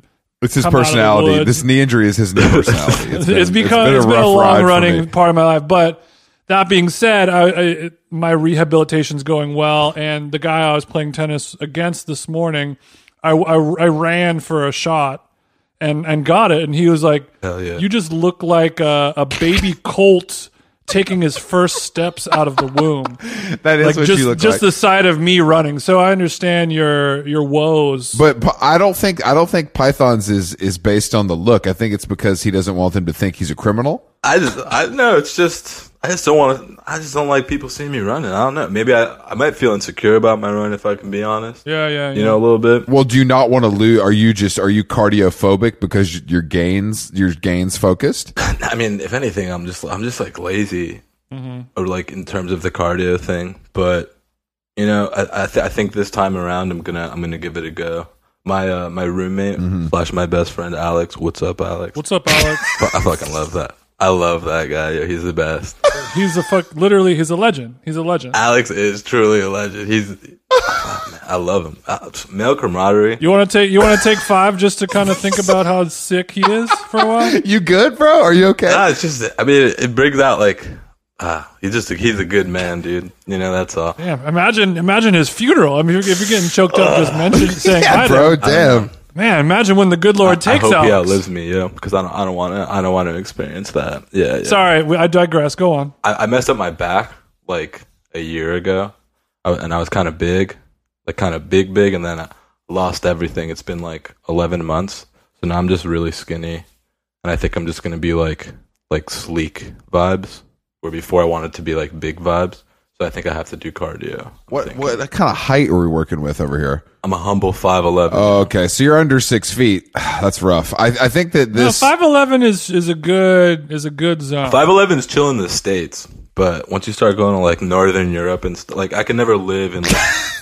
[SPEAKER 2] It's his
[SPEAKER 1] Come out of the
[SPEAKER 2] personality.
[SPEAKER 1] woods.
[SPEAKER 2] This knee injury is his new
[SPEAKER 3] *laughs*
[SPEAKER 2] personality. It's been-
[SPEAKER 1] It's become it's been a,
[SPEAKER 2] rough ride
[SPEAKER 1] long
[SPEAKER 2] for
[SPEAKER 1] running
[SPEAKER 2] me.
[SPEAKER 1] part of my life, but. That being said, I, I, it- my rehabilitation's going well, and the guy I was playing tennis against this morning, I, I, I ran for a shot and, and got it, and he was like,
[SPEAKER 3] Hell yeah.
[SPEAKER 1] "You just look like a, a baby colt taking his first steps out of the
[SPEAKER 2] *laughs*
[SPEAKER 1] womb."
[SPEAKER 2] That is
[SPEAKER 1] like
[SPEAKER 2] what
[SPEAKER 1] just
[SPEAKER 2] you look
[SPEAKER 1] just
[SPEAKER 2] like.
[SPEAKER 1] the side of me running. So I understand your your woes.
[SPEAKER 2] But p- I don't think I don't think Python's is is based on the look. I think it's because he doesn't want them to think he's a criminal.
[SPEAKER 3] I just I no. It's just I just don't want to. I just don't like people seeing me running. I don't know. Maybe I I might feel insecure about my run if I can be honest.
[SPEAKER 1] yeah, yeah, yeah.
[SPEAKER 3] You know a little bit.
[SPEAKER 2] Well, do you not want to lose? Are you just are you cardiophobic because y- your gains your gains focused?
[SPEAKER 3] I mean, if anything, I'm just I'm just like lazy, or like in terms of the cardio thing. But you know, I I, th- I think this time around, I'm gonna I'm gonna give it a go. My uh, my roommate slash my best friend Alex. What's up, Alex?
[SPEAKER 1] What's up, Alex?
[SPEAKER 3] I fucking love that. I love that guy. Yo, he's the best.
[SPEAKER 1] he's a fuck. Literally, he's a legend. He's a legend.
[SPEAKER 3] Alex is truly a legend. He's Ah, man, I love him. Uh, male camaraderie.
[SPEAKER 1] You want to take you want to take five just to kind of think about how sick he is for a
[SPEAKER 3] *laughs*
[SPEAKER 1] while.
[SPEAKER 2] You good, bro? Are you okay?
[SPEAKER 3] Ah, it's just. I mean, it, it brings out like. Ah, he's just a, he's a good man, dude. You know that's all.
[SPEAKER 1] Damn, imagine imagine his funeral. I mean, if you're, if you're getting choked up just
[SPEAKER 3] *laughs*
[SPEAKER 1] mentioning saying
[SPEAKER 2] yeah,
[SPEAKER 1] hi to
[SPEAKER 2] bro.
[SPEAKER 1] him.
[SPEAKER 2] Damn.
[SPEAKER 1] man, imagine when the good Lord
[SPEAKER 3] I
[SPEAKER 1] takes
[SPEAKER 3] hope he
[SPEAKER 1] Alex.
[SPEAKER 3] outlives me, yeah, because I don't, I don't want to, I don't want to experience that. Yeah, yeah.
[SPEAKER 1] Sorry, we- I digress. Go on.
[SPEAKER 3] I, I messed up my back like a year ago, I, and I was kind of big, like kind of big, big, and then I lost everything. It's been like eleven months, so now I'm just really skinny, and I think I'm just gonna be like like sleek vibes, where before I wanted to be like big vibes. So I think I have to do cardio.
[SPEAKER 2] What what kind of height are we working with over here?
[SPEAKER 3] I'm a humble five eleven.
[SPEAKER 2] Oh, okay, so you're under six feet. *sighs* That's rough. I, I think that this.
[SPEAKER 1] Five eleven is is a good is a good zone.
[SPEAKER 3] Five eleven is chill in the states, but once you start going to like Northern Europe and st- like, I could never live in like,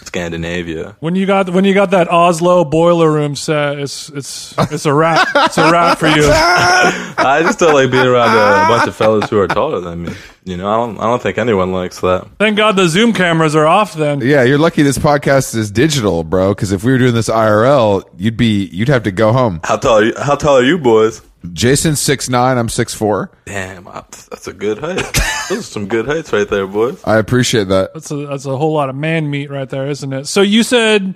[SPEAKER 3] Scandinavia.
[SPEAKER 1] When you got when you got that Oslo boiler room set, it's it's it's a wrap. it's a wrap for
[SPEAKER 3] *laughs*
[SPEAKER 1] you.
[SPEAKER 3] I just don't like being around a bunch of fellas who are taller than me. You know, I don't. I don't think anyone likes that.
[SPEAKER 1] Thank God the Zoom cameras are off. Then
[SPEAKER 2] yeah, you're lucky this podcast is digital, bro. Because if we were doing this IRL, you'd be you'd have to go home.
[SPEAKER 3] How tall are you? How tall are you boys?
[SPEAKER 2] Jason's six nine. I'm six four.
[SPEAKER 3] Damn, I, that's a good height. Those are some good heights right there, boys.
[SPEAKER 2] I appreciate that.
[SPEAKER 1] that's a that's a whole lot of man meat right there, isn't it? So you said,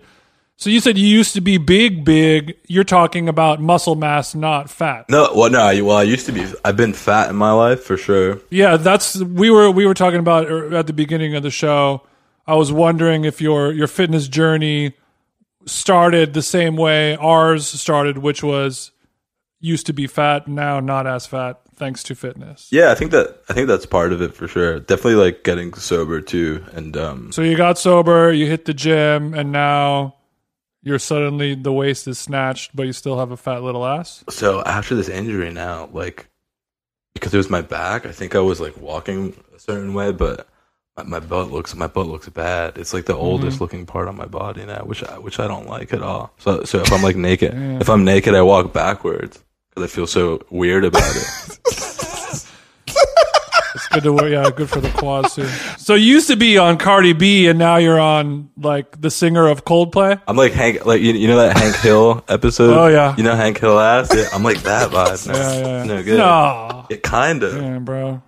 [SPEAKER 1] so you said you used to be big, big. You're talking about muscle mass, not fat.
[SPEAKER 3] No, well, no. I- Well, I used to be. I've been fat in my life for sure.
[SPEAKER 1] Yeah, that's we were we were talking about er, at the beginning of the show. I was wondering if your your fitness journey started the same way ours started, which was used to be fat, now not as fat, thanks to fitness.
[SPEAKER 3] Yeah, I think that. I think that's part of it for sure. Definitely like getting sober too, and um,
[SPEAKER 1] So you got sober, you hit the gym, and now you're suddenly the waist is snatched, but you still have a fat little ass.
[SPEAKER 3] So after this injury now, like because it was my back, I think I was like walking a certain way, but my, my butt looks my butt looks bad. It's like the
[SPEAKER 1] Mm-hmm.
[SPEAKER 3] oldest looking part on my body now, which I which I don't like at all. So so if I'm
[SPEAKER 1] *laughs*
[SPEAKER 3] like naked, if I'm naked, I walk backwards because I feel so weird about
[SPEAKER 1] *laughs*
[SPEAKER 3] it.
[SPEAKER 1] It's good to wear. Yeah, good for the quads too. So you used to be on Cardi B, and now you're on like the singer of Coldplay.
[SPEAKER 3] I'm like Hank, like you, you know that Hank Hill episode.
[SPEAKER 1] Oh, yeah.
[SPEAKER 3] you know Hank Hill ass. Yeah, I'm like
[SPEAKER 1] *laughs*
[SPEAKER 3] that vibe. Now.
[SPEAKER 1] Yeah, yeah.
[SPEAKER 3] No good.
[SPEAKER 1] Aw,
[SPEAKER 3] It kind of.
[SPEAKER 1] man, bro.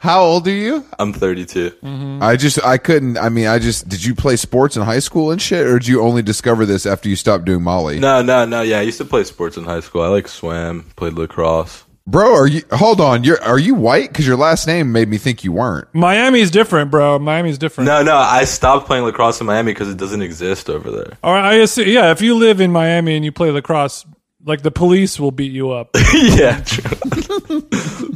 [SPEAKER 2] How old are you?
[SPEAKER 3] I'm 32.
[SPEAKER 1] Mm.
[SPEAKER 2] I just I couldn't. I mean, I just did you play sports in high school and shit, or did you only discover this after you stopped doing Molly?
[SPEAKER 3] No, no, no. Yeah, I used to play sports in high school. I like swam, played lacrosse.
[SPEAKER 2] Bro, are you? Hold on, you're are you white? Because your last name made me think you weren't.
[SPEAKER 1] Miami's different, bro. Miami's different.
[SPEAKER 3] No, no, I stopped playing lacrosse in Miami because it doesn't exist over there.
[SPEAKER 1] All right, I assume, yeah, if you live in Miami and you play lacrosse, like the police will beat you
[SPEAKER 3] *laughs*
[SPEAKER 1] up.
[SPEAKER 3] yeah, true.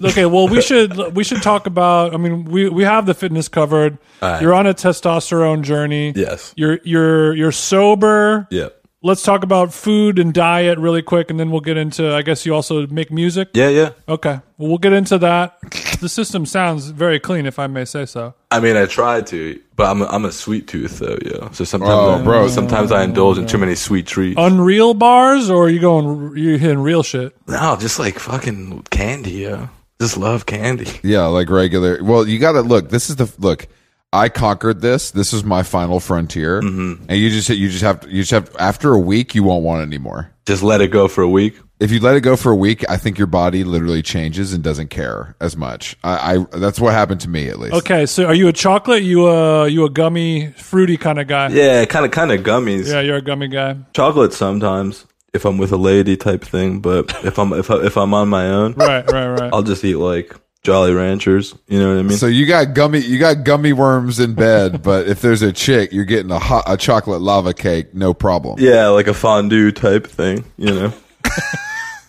[SPEAKER 1] okay, well we should we should talk about I mean we we have the fitness covered.
[SPEAKER 3] Alright.
[SPEAKER 1] You're on a testosterone journey.
[SPEAKER 3] Yes.
[SPEAKER 1] You're you're you're sober.
[SPEAKER 3] Yeah.
[SPEAKER 1] Let's talk about food and diet really quick and then we'll get into I guess you also make music.
[SPEAKER 3] Yeah, yeah.
[SPEAKER 1] Okay. Well, we'll get into that. The system sounds very clean if I may say so.
[SPEAKER 3] I mean, I tried to, but I'm a, I'm a sweet tooth though, yo. So sometimes,
[SPEAKER 2] Oh,
[SPEAKER 3] I,
[SPEAKER 2] bro.
[SPEAKER 3] sometimes I indulge in too many sweet treats.
[SPEAKER 1] Oh. Unreal bars or are you going you hitting real shit?
[SPEAKER 3] no, just like fucking candy, yo. Just love candy. *laughs*
[SPEAKER 2] Yeah, like regular. Well, you got to look. This is the look. I conquered this. This is my final frontier.
[SPEAKER 3] Mm-hmm.
[SPEAKER 2] And you just you just have to, you just have after a week you won't want any more.
[SPEAKER 3] Just let it go for a week.
[SPEAKER 2] If you let it go for a week, I think your body literally changes and doesn't care as much. I, I that's what happened to me at least.
[SPEAKER 1] Okay, so are you a chocolate? You a you a gummy, fruity kind of guy?
[SPEAKER 3] Yeah, kind of, kind of gummies.
[SPEAKER 1] Yeah, you're a gummy guy.
[SPEAKER 3] Chocolate sometimes if I'm with a lady type thing, but if I'm if I, if I'm on my own,
[SPEAKER 1] Right, right,
[SPEAKER 3] *laughs*
[SPEAKER 1] right.
[SPEAKER 3] I'll just eat like Jolly Ranchers. You know what I mean?
[SPEAKER 2] So you got gummy you got gummy worms in bed, *laughs* but if there's a chick, you're getting a hot, a chocolate lava cake, no problem.
[SPEAKER 3] Yeah, like a fondue type thing, you know.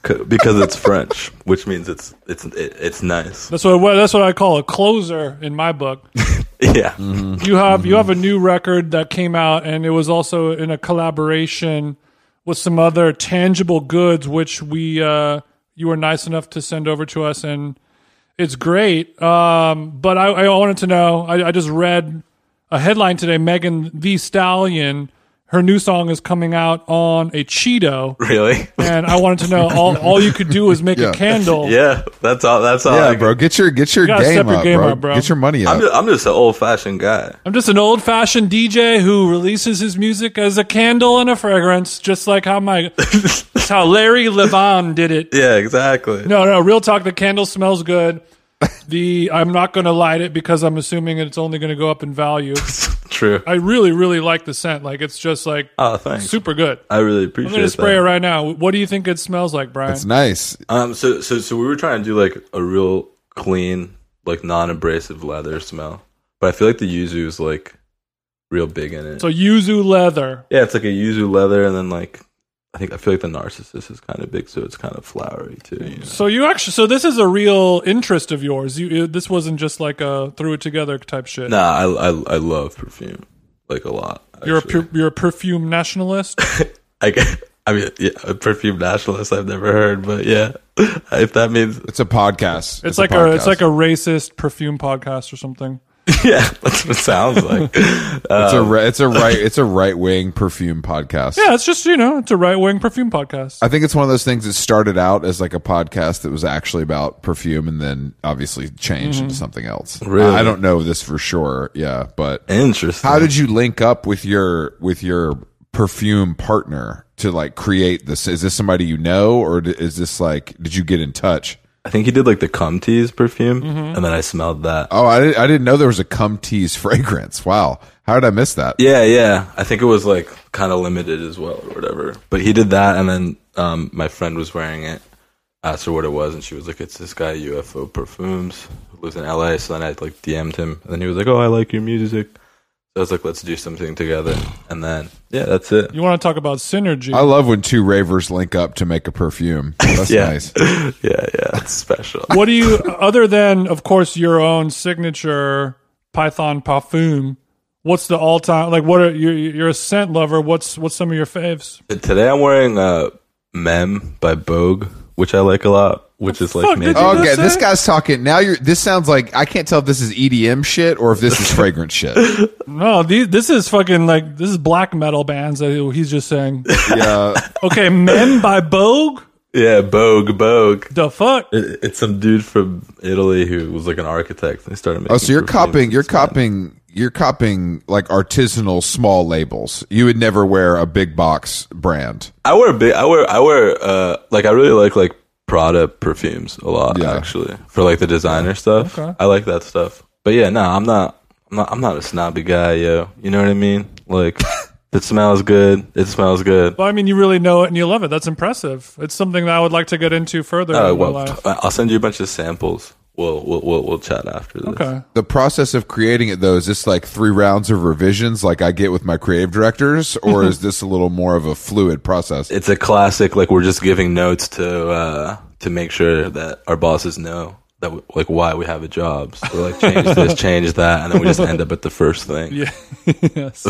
[SPEAKER 3] 'Cause- because it's French, which means it's it's it, it's nice. *laughs*
[SPEAKER 1] That's what well, that's what I call a closer in my book.
[SPEAKER 3] Yeah.
[SPEAKER 1] You have you have a new record that came out, and it was also in a collaboration with some other tangible goods, which we uh, you were nice enough to send over to us, and it's great. Um, but I, I wanted to know. I, I just read a headline today: Megan the Stallion, her new song is coming out on a Cheeto.
[SPEAKER 3] Really? *laughs*
[SPEAKER 1] and I wanted to know all, all you could do was make
[SPEAKER 2] Yeah.
[SPEAKER 1] a candle.
[SPEAKER 3] Yeah, that's all that's all.
[SPEAKER 2] Yeah,
[SPEAKER 3] I-
[SPEAKER 2] bro, get your get your,
[SPEAKER 1] You gotta
[SPEAKER 2] game,
[SPEAKER 1] step your
[SPEAKER 2] up,
[SPEAKER 1] game
[SPEAKER 2] bro.
[SPEAKER 1] up, bro.
[SPEAKER 2] Get your money up.
[SPEAKER 3] I'm just, I'm just an old-fashioned guy.
[SPEAKER 1] I'm just an old fashioned DJ who releases his music as a candle and a fragrance, just like how my that's how Larry Levon did it.
[SPEAKER 3] Yeah, exactly.
[SPEAKER 1] No, no, real talk. The candle smells good. The I'm not going to light it because I'm assuming it's only going to go up in value.
[SPEAKER 3] True.
[SPEAKER 1] I really, really like the scent. Like it's just like
[SPEAKER 3] Oh, thanks.
[SPEAKER 1] super good.
[SPEAKER 3] I really
[SPEAKER 1] I'm
[SPEAKER 3] appreciate
[SPEAKER 1] going to spray it
[SPEAKER 3] that.
[SPEAKER 1] right now. What do you think it smells like, Brian?
[SPEAKER 2] it's nice.
[SPEAKER 3] Um so so so we were trying to do like a real clean, like non-abrasive leather smell. But I feel like the yuzu is like real big in it.
[SPEAKER 1] so yuzu leather.
[SPEAKER 3] yeah, it's like a yuzu leather and then like I think I feel like the narcissist is kind of big, so it's kind of flowery too. You know?
[SPEAKER 1] So you actually, so this is a real interest of yours. You, you this wasn't just like a threw it together type shit.
[SPEAKER 3] Nah, I, I I love perfume like a lot.
[SPEAKER 1] You're a
[SPEAKER 3] actually.
[SPEAKER 1] pu- you're a perfume nationalist.
[SPEAKER 3] I guess, *laughs* I mean, yeah, a perfume nationalist. I've never heard, but yeah, *laughs* if that means *laughs*
[SPEAKER 2] It's a podcast.
[SPEAKER 1] It's, like a, it's like a racist perfume podcast or something.
[SPEAKER 3] yeah, that's what it sounds like.
[SPEAKER 2] podcast. it's a ri-
[SPEAKER 3] *laughs*
[SPEAKER 2] it's a right it's a right wing perfume podcast.
[SPEAKER 1] Yeah, it's just you know it's a right wing perfume podcast.
[SPEAKER 2] I think it's one of those things that started out as like a podcast that was actually about perfume and then obviously changed into something else.
[SPEAKER 3] Mm-hmm. Really?
[SPEAKER 2] I I don't know this for sure. Yeah, but
[SPEAKER 3] Interesting.
[SPEAKER 2] how did you link up with your with your perfume partner to like create this? Is this somebody you know or d- is this like did you get in touch?
[SPEAKER 3] I think he did like the cum teas perfume,
[SPEAKER 1] Mm-hmm.
[SPEAKER 3] and then I smelled that.
[SPEAKER 2] Oh, I didn't, I didn't know there was a cum tease fragrance. Wow. How did I miss that?
[SPEAKER 3] Yeah, yeah. I think it was like kind of limited as well, or whatever. But he did that, and then um, my friend was wearing it. Asked her what it was, and she was like, "It's this guy UFO Perfumes who lives in LA." So then I like DM'd him, and then he was like, "Oh, I like your music." So I was like, "Let's do something together," and then yeah, that's it. *laughs*
[SPEAKER 1] You want to talk about synergy?
[SPEAKER 2] I love when two ravers link up to make a perfume. That's
[SPEAKER 3] *laughs* Yeah.
[SPEAKER 2] nice.
[SPEAKER 3] yeah, yeah, it's special. *laughs*
[SPEAKER 1] what do you other than of course your own signature Python parfum? what's the all time like? What are you? You're a scent lover. What's what's some of your faves?
[SPEAKER 3] Today I'm wearing uh, Mem by Bogue, which I like a lot, which is
[SPEAKER 1] fuck
[SPEAKER 3] like
[SPEAKER 1] did
[SPEAKER 3] made.
[SPEAKER 1] you-
[SPEAKER 2] Okay,
[SPEAKER 1] just
[SPEAKER 2] this
[SPEAKER 1] say?
[SPEAKER 2] guy's talking now. You're this sounds like I can't tell if this is EDM shit or if this is fragrance shit.
[SPEAKER 1] No, these, this is fucking like this is black metal bands that he's just saying.
[SPEAKER 2] Yeah,
[SPEAKER 1] Okay, Men by Bogue.
[SPEAKER 3] Yeah, Bogue, Bogue.
[SPEAKER 1] The fuck?
[SPEAKER 3] It, it's some dude from Italy who was like an architect. And he started making.
[SPEAKER 2] Oh, so you're
[SPEAKER 3] perfumes.
[SPEAKER 2] copying, you're
[SPEAKER 3] It's mad.
[SPEAKER 2] copying, you're copying like artisanal small labels. You would never wear a big box brand.
[SPEAKER 3] I wear big. I wear. I wear. Uh, like I really like like Prada perfumes a lot
[SPEAKER 2] Yeah.
[SPEAKER 3] actually for like the designer stuff. I like that stuff. But yeah, no, I'm not. I'm not. I'm not a snobby guy, yo. You know what I mean?
[SPEAKER 2] *laughs*
[SPEAKER 3] Like, it smells good. It smells good.
[SPEAKER 1] Well, I mean, you really know it and you love it. That's impressive. It's something that I would like to get into further
[SPEAKER 3] Uh,
[SPEAKER 1] in my
[SPEAKER 3] well,
[SPEAKER 1] life.
[SPEAKER 3] I'll send you a bunch of samples. We'll we'll we'll, we'll chat after this.
[SPEAKER 1] Okay.
[SPEAKER 2] The process of creating it though is this like three rounds of revisions, like I get with my creative directors, or is this a little more of a fluid process?
[SPEAKER 3] It's a classic. Like we're just giving notes to uh, to make sure that our bosses know that we, like why we have a job. So we're like change this, change that, and then we just end up at the first thing.
[SPEAKER 1] Yeah. *laughs* yes.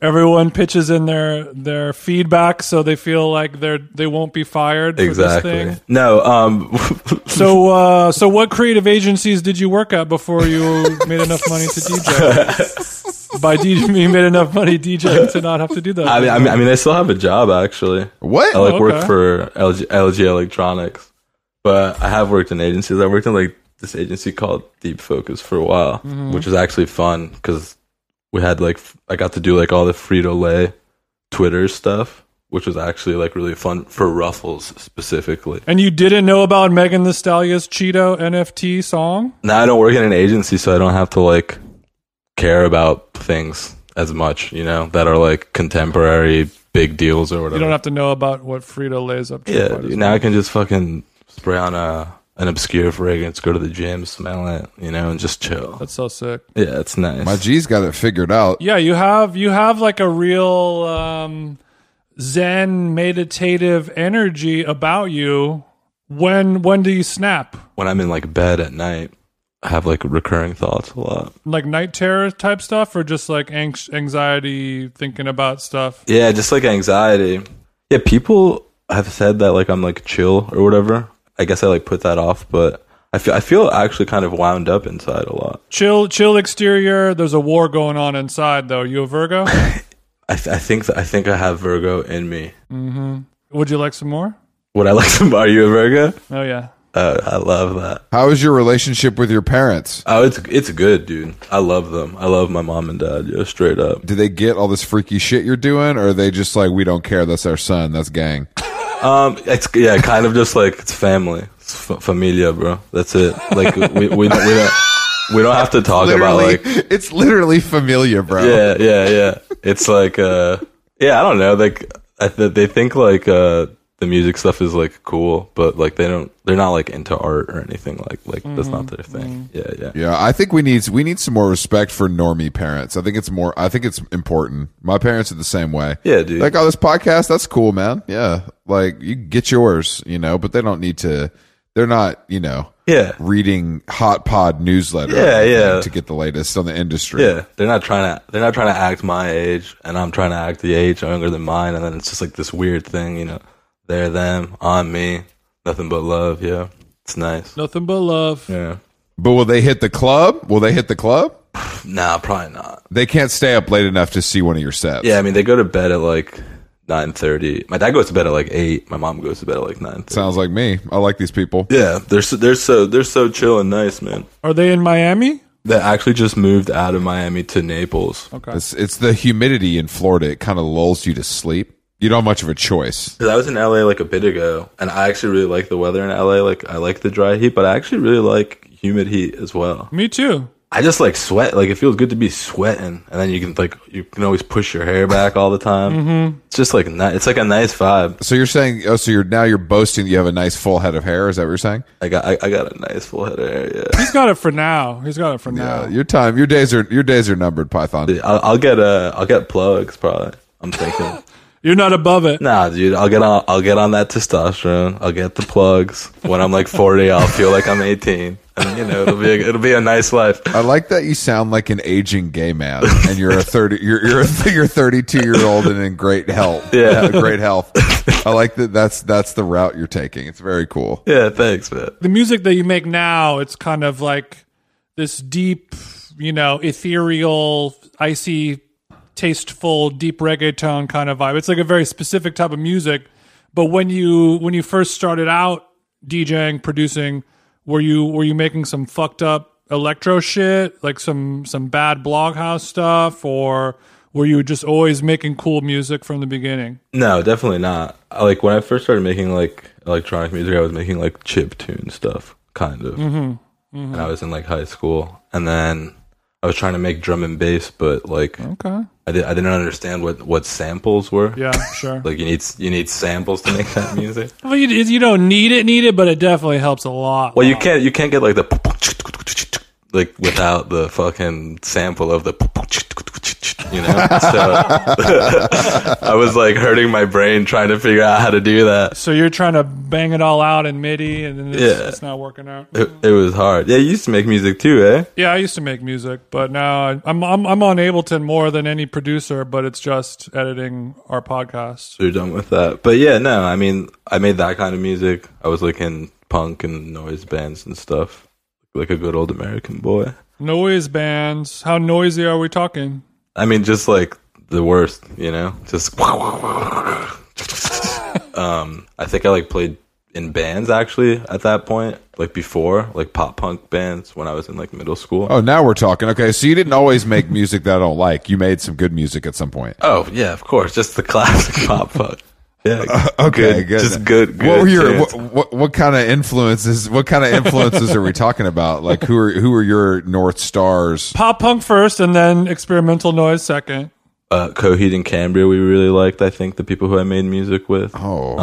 [SPEAKER 1] Everyone pitches in their their feedback so they feel like they're they won't be fired for this
[SPEAKER 3] Exactly.
[SPEAKER 1] thing.
[SPEAKER 3] No, um, *laughs*
[SPEAKER 1] So uh so what creative agencies did you work at before you made enough money to DJ?
[SPEAKER 3] *laughs*
[SPEAKER 1] By DJ you made enough money DJing to not have to do that.
[SPEAKER 3] I mean, I mean, I mean, I still have a job actually.
[SPEAKER 2] What?
[SPEAKER 3] I like work
[SPEAKER 1] okay.
[SPEAKER 3] for LG, LG Electronics, but I have worked in agencies. I worked in like this agency called Deep Focus for a while, which was actually fun because we had like f- I got to do like all the Frito Lay Twitter stuff, which was actually like really fun for Ruffles specifically.
[SPEAKER 1] and you didn't know about Megan the Stallions Cheeto NFT song?
[SPEAKER 3] Now I don't work in an agency, so I don't have to like care about things as much, you know, that are like contemporary big deals or whatever.
[SPEAKER 1] You don't have to know about what Frito Lay's up to.
[SPEAKER 3] Uh-huh. Yeah,
[SPEAKER 1] Quite as
[SPEAKER 3] dude, now I can just fucking spray on a an obscure fragrance, go to the gym, smell it, you know, and just chill.
[SPEAKER 1] That's so sick.
[SPEAKER 3] Yeah, it's nice.
[SPEAKER 2] My G's got it figured out.
[SPEAKER 1] Yeah, you have you have like a real um, Zen meditative energy about you. When when do you snap?
[SPEAKER 3] when I'm in like bed at night, I have like recurring thoughts a lot.
[SPEAKER 1] Like night terror type stuff, or just like anx- anxiety, thinking about stuff.
[SPEAKER 3] Yeah, just like anxiety. Yeah, people have said that like I'm like chill or whatever. I guess I like put that off, but I feel I feel actually kind of wound up inside a lot.
[SPEAKER 1] Chill, chill exterior. There's a war going on inside, though. You a Virgo?
[SPEAKER 3] I, th- I think that I think I have Virgo in me.
[SPEAKER 1] Would you like some more?
[SPEAKER 3] Would I like to? *laughs* Are you a Virgo?
[SPEAKER 1] Oh yeah.
[SPEAKER 3] Uh, I love that.
[SPEAKER 2] How is your relationship with your parents?
[SPEAKER 3] Oh, it's it's good, dude. I love them. I love my mom and dad. Yo, straight up.
[SPEAKER 2] Do they get all this freaky shit you're doing, or are they just like we don't care? That's our son. That's gang.
[SPEAKER 3] Um, it's yeah, kind of just like it's family, it's fa- familia, bro. That's it. Like we we don't we don't, we don't have to talk about
[SPEAKER 2] Literally,
[SPEAKER 3] like
[SPEAKER 2] *laughs* it's literally familiar, bro.
[SPEAKER 3] yeah yeah yeah. It's like uh yeah, I don't know. Like I th- they think like uh the music stuff is like cool, but like they don't they're not like into art or anything like like that's not their thing. Yeah yeah.
[SPEAKER 2] Yeah, I think we need we need some more respect for normie parents. I think it's more. I think it's important. My parents are the same way.
[SPEAKER 3] Yeah, dude.
[SPEAKER 2] Like, oh, this podcast, that's cool, man. Yeah, like you can get yours, you know, but they don't need to. They're not, you know,
[SPEAKER 3] Yeah.
[SPEAKER 2] reading hot pod newsletter.
[SPEAKER 3] Yeah,
[SPEAKER 2] or anything
[SPEAKER 3] yeah.
[SPEAKER 2] to get the latest on the industry.
[SPEAKER 3] Yeah, they're not trying to. They're not trying to act my age, and I'm trying to act the age younger than mine, and then it's just like this weird thing, you know. They're them, I'm me. Nothing but love. Yeah, it's nice.
[SPEAKER 1] Nothing but love.
[SPEAKER 3] Yeah.
[SPEAKER 2] But will they hit the club? Will they hit the club?
[SPEAKER 3] Nah, probably not.
[SPEAKER 2] They can't stay up late enough to see one of your sets.
[SPEAKER 3] Yeah, I mean they go to bed at like nine thirty. My dad goes to bed at like eight. My mom goes to bed at like nine thirty.
[SPEAKER 2] sounds like me. I like these people.
[SPEAKER 3] Yeah, they're so, they're so they're so chill and nice, man.
[SPEAKER 1] Are they in Miami?
[SPEAKER 3] They actually just moved out of Miami to Naples.
[SPEAKER 2] It's it's the humidity in Florida. It kind of lulls you to sleep. You don't have much of a choice.
[SPEAKER 3] Because I was in LA like a bit ago, and I actually really like the weather in LA. Like I like the dry heat, but I actually really like humid heat as well.
[SPEAKER 1] Me too.
[SPEAKER 3] I just like sweat. Like it feels good to be sweating, and then you can like you can always push your hair back all the time. mm-hmm. It's just like ni- it's like a nice vibe.
[SPEAKER 2] So you're saying, oh, so you're now you're boasting that you have a nice full head of hair. Is that what you're saying?
[SPEAKER 3] I got I, I got a nice full head of hair. Yeah,
[SPEAKER 1] He's got it for now. He's got it for now.
[SPEAKER 2] Uh, your time, your days are your days are numbered, Python.
[SPEAKER 3] I'll, I'll get uh I'll get plugs probably. I'm thinking,
[SPEAKER 1] You're not above it.
[SPEAKER 3] nah, dude. I'll get on I'll get on that testosterone. I'll get the plugs when I'm like 40. I'll feel like I'm 18. and you know it'll be a, it'll be a nice life.
[SPEAKER 2] I like that you sound like an aging gay man, and you're a thirty *laughs* you're you're a, you're thirty two year old and in great health.
[SPEAKER 3] Yeah.
[SPEAKER 2] great health. I like that. That's that's the route you're taking. It's very cool.
[SPEAKER 3] Yeah, thanks, man.
[SPEAKER 1] the music that you make now, it's kind of like this deep, you know, ethereal, icy, tasteful, deep reggaeton kind of vibe. It's like a very specific type of music. But when you when you first started out DJing, producing, were you were you making some fucked up electro shit, like some some bad bloghouse stuff, or were you just always making cool music from the beginning?
[SPEAKER 3] No, definitely not. I, like when I first started making like electronic music, I was making like chip tune stuff, kind of. Mm-hmm. And I was in like high school, and then I was trying to make drum and bass, but like
[SPEAKER 1] Okay.
[SPEAKER 3] I, did, I didn't understand what what samples were.
[SPEAKER 1] Yeah,
[SPEAKER 3] *laughs*
[SPEAKER 1] sure.
[SPEAKER 3] Like you need you need samples to make that music.
[SPEAKER 1] well, you, you don't need it, need it, but it definitely helps a lot.
[SPEAKER 3] Well, you can't you can't get like the *laughs* like without the fucking sample of the *laughs* you know. So *laughs* I was like hurting my brain trying to figure out how to do that.
[SPEAKER 1] So you're trying to bang it all out in MIDI, and then it's,
[SPEAKER 3] Yeah.
[SPEAKER 1] it's not working out.
[SPEAKER 3] It, it was hard. Yeah, you used to make music too, eh?
[SPEAKER 1] Yeah, I used to make music, but now I- I'm I'm I'm on Ableton more than any producer, but it's just editing our podcast.
[SPEAKER 3] So you're done with that. But yeah, no, I mean, I made that kind of music. I was like in punk and noise bands and stuff, like a good old American boy.
[SPEAKER 1] Noise bands. How noisy are we talking?
[SPEAKER 3] I mean, just like the worst, you know, just. *laughs* um, I think I like played in bands actually at that point, like before, like pop punk bands when I was in like middle school. Oh,
[SPEAKER 2] Oh, now we're talking. Okay, so you didn't always make music that I don't like. You made some good music at some point.
[SPEAKER 3] Oh, yeah, of course, just the *laughs* classic pop punk. Yeah,
[SPEAKER 2] *laughs* Okay, good.
[SPEAKER 3] just good. good
[SPEAKER 2] What were your
[SPEAKER 3] tunes.
[SPEAKER 2] what, what, what kind of influences? What kind of influences are we talking about? Like who are who are your north stars?
[SPEAKER 1] Pop punk first, and then experimental noise second.
[SPEAKER 3] uh, Coheed and Cambria we really liked. I think the people who I made music with.
[SPEAKER 2] Oh,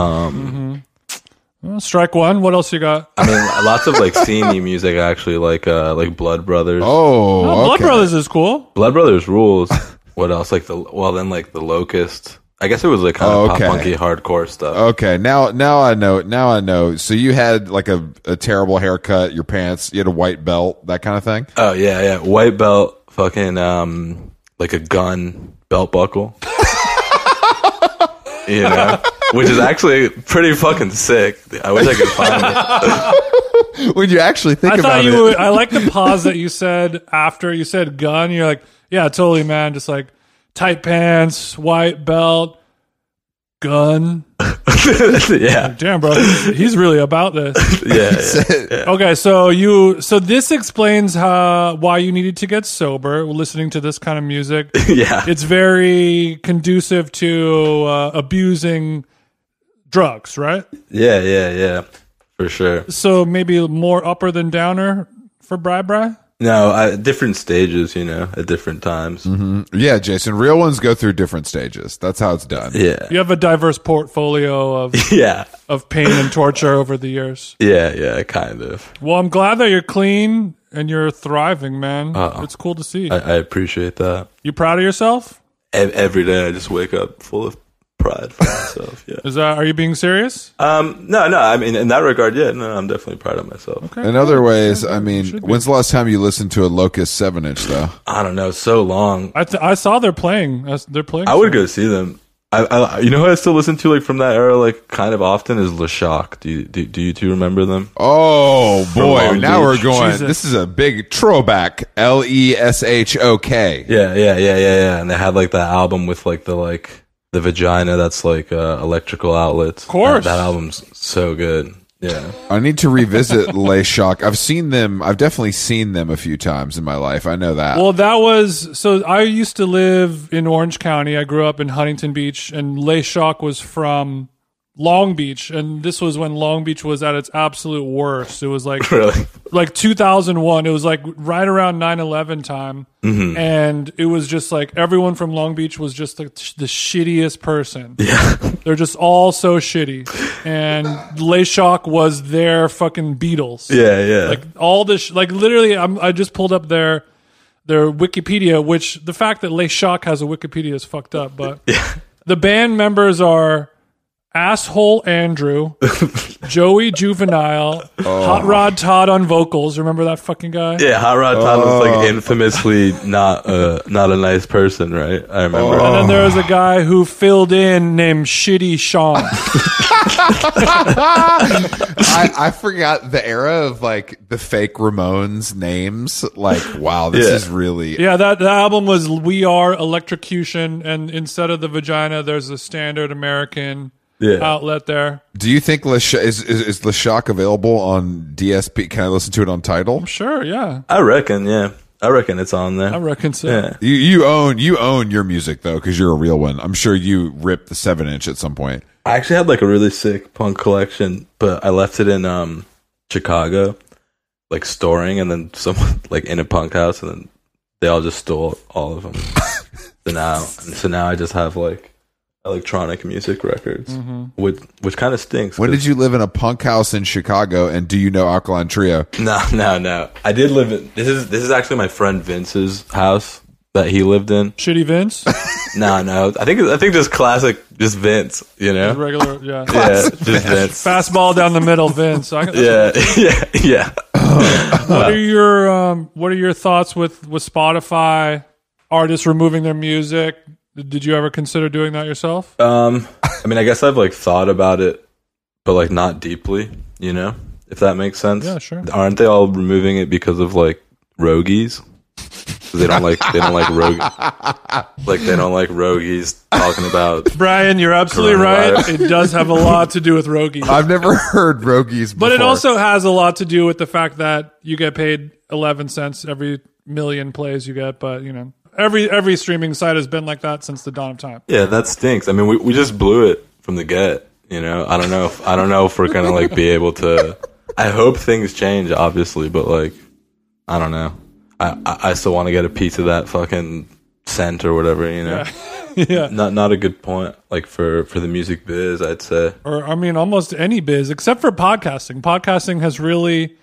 [SPEAKER 1] Well, Strike one. What else you got?
[SPEAKER 2] Oh,
[SPEAKER 3] I mean, lots of like sceney music actually, like uh, like Blood Brothers.
[SPEAKER 2] oh,
[SPEAKER 1] Oh, Blood
[SPEAKER 2] okay.
[SPEAKER 1] Brothers is cool.
[SPEAKER 3] Blood Brothers rules. what else? Like the well, then like the Locust. I guess it was like kind
[SPEAKER 2] Oh,
[SPEAKER 3] of
[SPEAKER 2] okay. Oh.
[SPEAKER 3] pop punky hardcore stuff.
[SPEAKER 2] Okay, now now I know. Now I know. So you had like a, a terrible haircut, your pants, you had a white belt, that kind of thing.
[SPEAKER 3] Oh yeah, yeah. White belt, fucking um, like a gun belt buckle. *laughs* you know, which is actually pretty fucking sick. I wish I could find it.
[SPEAKER 2] *laughs* When you actually think
[SPEAKER 1] I
[SPEAKER 2] about
[SPEAKER 1] thought
[SPEAKER 2] it,
[SPEAKER 1] you. Would, I like the pause that you said after you said gun. You're like, yeah, totally, man. Just like tight pants, white belt, gun.
[SPEAKER 3] *laughs* yeah,
[SPEAKER 1] Damn, bro, he's, he's really about this.
[SPEAKER 3] *laughs*
[SPEAKER 2] *laughs*
[SPEAKER 3] yeah, yeah.
[SPEAKER 1] Okay, so you so this explains how why you needed to get sober listening to this kind of music.
[SPEAKER 3] yeah.
[SPEAKER 1] it's very conducive to uh, abusing drugs, right?
[SPEAKER 3] Yeah, yeah, yeah, for sure.
[SPEAKER 1] So maybe more upper than downer for Bri Bri.
[SPEAKER 3] No, I, different stages, you know, at different times.
[SPEAKER 2] yeah, Jason, real ones go through different stages. That's how it's done.
[SPEAKER 3] Yeah, *laughs*
[SPEAKER 1] You have a diverse portfolio of
[SPEAKER 3] yeah,
[SPEAKER 1] of pain and torture over the years.
[SPEAKER 3] yeah, yeah, kind of.
[SPEAKER 1] Well, I'm glad that you're clean and you're thriving, man. It's cool to see.
[SPEAKER 3] I, I appreciate that.
[SPEAKER 1] you proud of yourself?
[SPEAKER 3] Ev- Every day, I just wake up full of pride for myself. Yeah.
[SPEAKER 1] *laughs* Is that are you being serious?
[SPEAKER 3] Um. No, no. I mean, in that regard, yeah. No, I'm definitely proud of myself.
[SPEAKER 2] In other ways, I mean, when's the last time you listened to a Locust seven inch though?
[SPEAKER 3] I don't know. So long.
[SPEAKER 1] I th- I saw they're playing. That's- They're playing.
[SPEAKER 3] I would go see them. I, I, you know who I still listen to like from that era, like kind of often is LaShock. Do you do, do you two remember them?
[SPEAKER 2] Oh boy,
[SPEAKER 3] Long
[SPEAKER 2] now we're
[SPEAKER 3] Beach.
[SPEAKER 2] going.
[SPEAKER 1] Jesus.
[SPEAKER 2] This is a big throwback. L e s h o k.
[SPEAKER 3] Yeah, yeah, yeah, yeah, yeah. And they had like that album with like the like the vagina that's like uh, electrical outlets. Of
[SPEAKER 1] course.
[SPEAKER 3] that, that album's so good. Yeah, *laughs*
[SPEAKER 2] I need to revisit *laughs* Le Shock. I've seen them. I've definitely seen them a few times in my life. I know that.
[SPEAKER 1] Well, that was so. I used to live in Orange County. I grew up in Huntington Beach, and Shock was from Long Beach, and this was when Long Beach was at its absolute worst. It was like
[SPEAKER 3] *laughs* really.
[SPEAKER 1] like 2001 it was like right around 9-11 time
[SPEAKER 3] Mm-hmm.
[SPEAKER 1] and it was just like everyone from long beach was just like sh- the shittiest
[SPEAKER 3] *laughs*
[SPEAKER 1] person yeah they're just all so shitty and Shock was their fucking beatles
[SPEAKER 3] Yeah, yeah.
[SPEAKER 1] like all this sh- like literally I'm, i just pulled up their their wikipedia which the
[SPEAKER 3] *laughs*
[SPEAKER 1] fact that Shock has a wikipedia is fucked up but the band members are Asshole
[SPEAKER 3] *laughs*
[SPEAKER 1] Andrew, Joey Juvenile, Hot Rod Todd on vocals. Remember that fucking guy?
[SPEAKER 3] Oh. Yeah, Hot Rod Todd was
[SPEAKER 1] oh.
[SPEAKER 3] like infamously not a not a nice person, right? I remember.
[SPEAKER 1] And then there
[SPEAKER 3] Oh.
[SPEAKER 1] was a guy who filled in named Shitty
[SPEAKER 3] *laughs*
[SPEAKER 1] Sean.
[SPEAKER 2] *laughs* I, I forgot the era of like the fake Ramones names. Like, wow, this
[SPEAKER 3] Yeah.
[SPEAKER 2] is really
[SPEAKER 1] yeah, that the album was We Are Electrocution, and instead of the vagina, there's a standard American
[SPEAKER 3] Yeah.
[SPEAKER 1] outlet there.
[SPEAKER 2] Do you think Lash- is, is is Lashak available on DSP? Can I listen to it on title?
[SPEAKER 1] Sure, yeah,
[SPEAKER 3] I reckon, yeah. I reckon it's on there.
[SPEAKER 1] I reckon so.
[SPEAKER 3] Yeah.
[SPEAKER 2] You you own you own your music though because you're a real one. I'm sure you ripped the seven inch at some point.
[SPEAKER 3] I actually had like a really sick punk collection, but I left it in um Chicago, like storing, and then someone *laughs* like in a punk house, and then they all just stole all of them. so now, so now I just have like electronic music records, which which kind of stinks.
[SPEAKER 2] When did you live in a punk house in Chicago? And do you know Alkaline Trio?
[SPEAKER 3] No, no, no. I did live in this is this is actually my friend Vince's house that he lived in.
[SPEAKER 1] Shitty
[SPEAKER 3] *laughs*
[SPEAKER 1] Vince,
[SPEAKER 3] No, no. I think I think just classic, just Vince. You know,
[SPEAKER 1] regular, yeah. *laughs*
[SPEAKER 3] yeah, just Vince.
[SPEAKER 1] Fastball down the middle, Vince. I,
[SPEAKER 3] Yeah, *laughs* yeah, yeah.
[SPEAKER 1] What are your um, What are your thoughts with with Spotify artists removing their music? Did you ever consider doing that yourself?
[SPEAKER 3] Um, I mean, I guess I've like thought about it, but like not deeply, you know, if that makes sense.
[SPEAKER 1] Yeah, sure.
[SPEAKER 3] Aren't they all removing it because of like rogies? 'Cause They don't like they don't like rogue like they don't like rogies talking about.
[SPEAKER 1] Brian, you're absolutely right. It does
[SPEAKER 3] *laughs*
[SPEAKER 1] have a lot to do with Rogi.
[SPEAKER 2] I've never *laughs* heard Rogies,
[SPEAKER 1] But it also has a lot to do with the fact that you get paid 11 cents every million plays you get, but you know, every every streaming site has been like that since the dawn of time.
[SPEAKER 3] Yeah, that stinks. I mean, we we just blew it from the get. You know, I don't know if I don't know if we're gonna like be able to. I hope things change, obviously, but like, I don't know. I I, I still want to get a piece of that fucking cent or whatever. You know.
[SPEAKER 1] yeah. *laughs*
[SPEAKER 3] not not a good point like for for the music biz i'd say
[SPEAKER 1] Or I mean almost any biz except for podcasting. Podcasting has really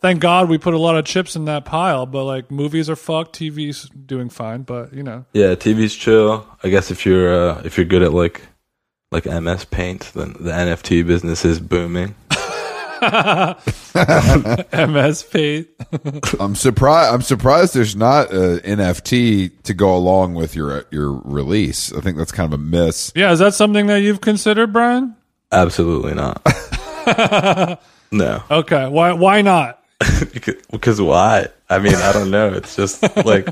[SPEAKER 1] thank God we put a lot of chips in that pile, but like movies are fucked, TV's doing fine, but you know.
[SPEAKER 3] yeah tv's chill i guess if you're uh if you're good at like like ms paint then the nft business is booming
[SPEAKER 1] MS Paint.
[SPEAKER 2] I'm surprised. I'm surprised there's not a NFT to go along with your uh, your release. I think that's kind of a miss.
[SPEAKER 1] Yeah, is that something that you've considered, Brian?
[SPEAKER 3] absolutely not
[SPEAKER 1] *laughs*
[SPEAKER 3] no
[SPEAKER 1] Okay. Why why not?
[SPEAKER 3] because why i mean i don't know it's just like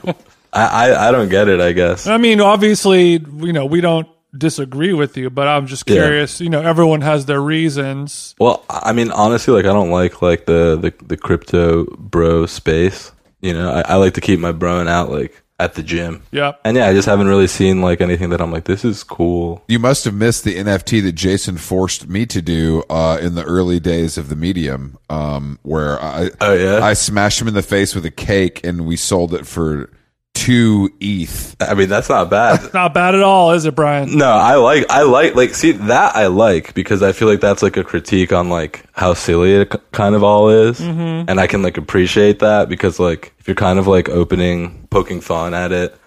[SPEAKER 3] I, I i don't get it i guess
[SPEAKER 1] I mean, obviously, you know, we don't disagree with you, but I'm just curious, you know, everyone has their reasons.
[SPEAKER 3] well i mean honestly like i don't like like the the, the crypto bro space you know I, I like to keep my broing out like at the gym
[SPEAKER 1] Yep.
[SPEAKER 3] And yeah, I just haven't really seen like anything that I'm like, this is cool.
[SPEAKER 2] You must have missed the NFT that Jason forced me to do uh, in the early days of the medium, um, where I
[SPEAKER 3] Oh, yeah?
[SPEAKER 2] I smashed him in the face with a cake and we sold it for two E ETH.
[SPEAKER 3] I mean, that's not bad.
[SPEAKER 1] Not bad at all, is it, Brian?
[SPEAKER 3] no, I like, I like, like, see that I like because I feel like that's like a critique on like how silly it k- kind of all is, and I can like appreciate that because like if you're kind of like opening, poking fun at it,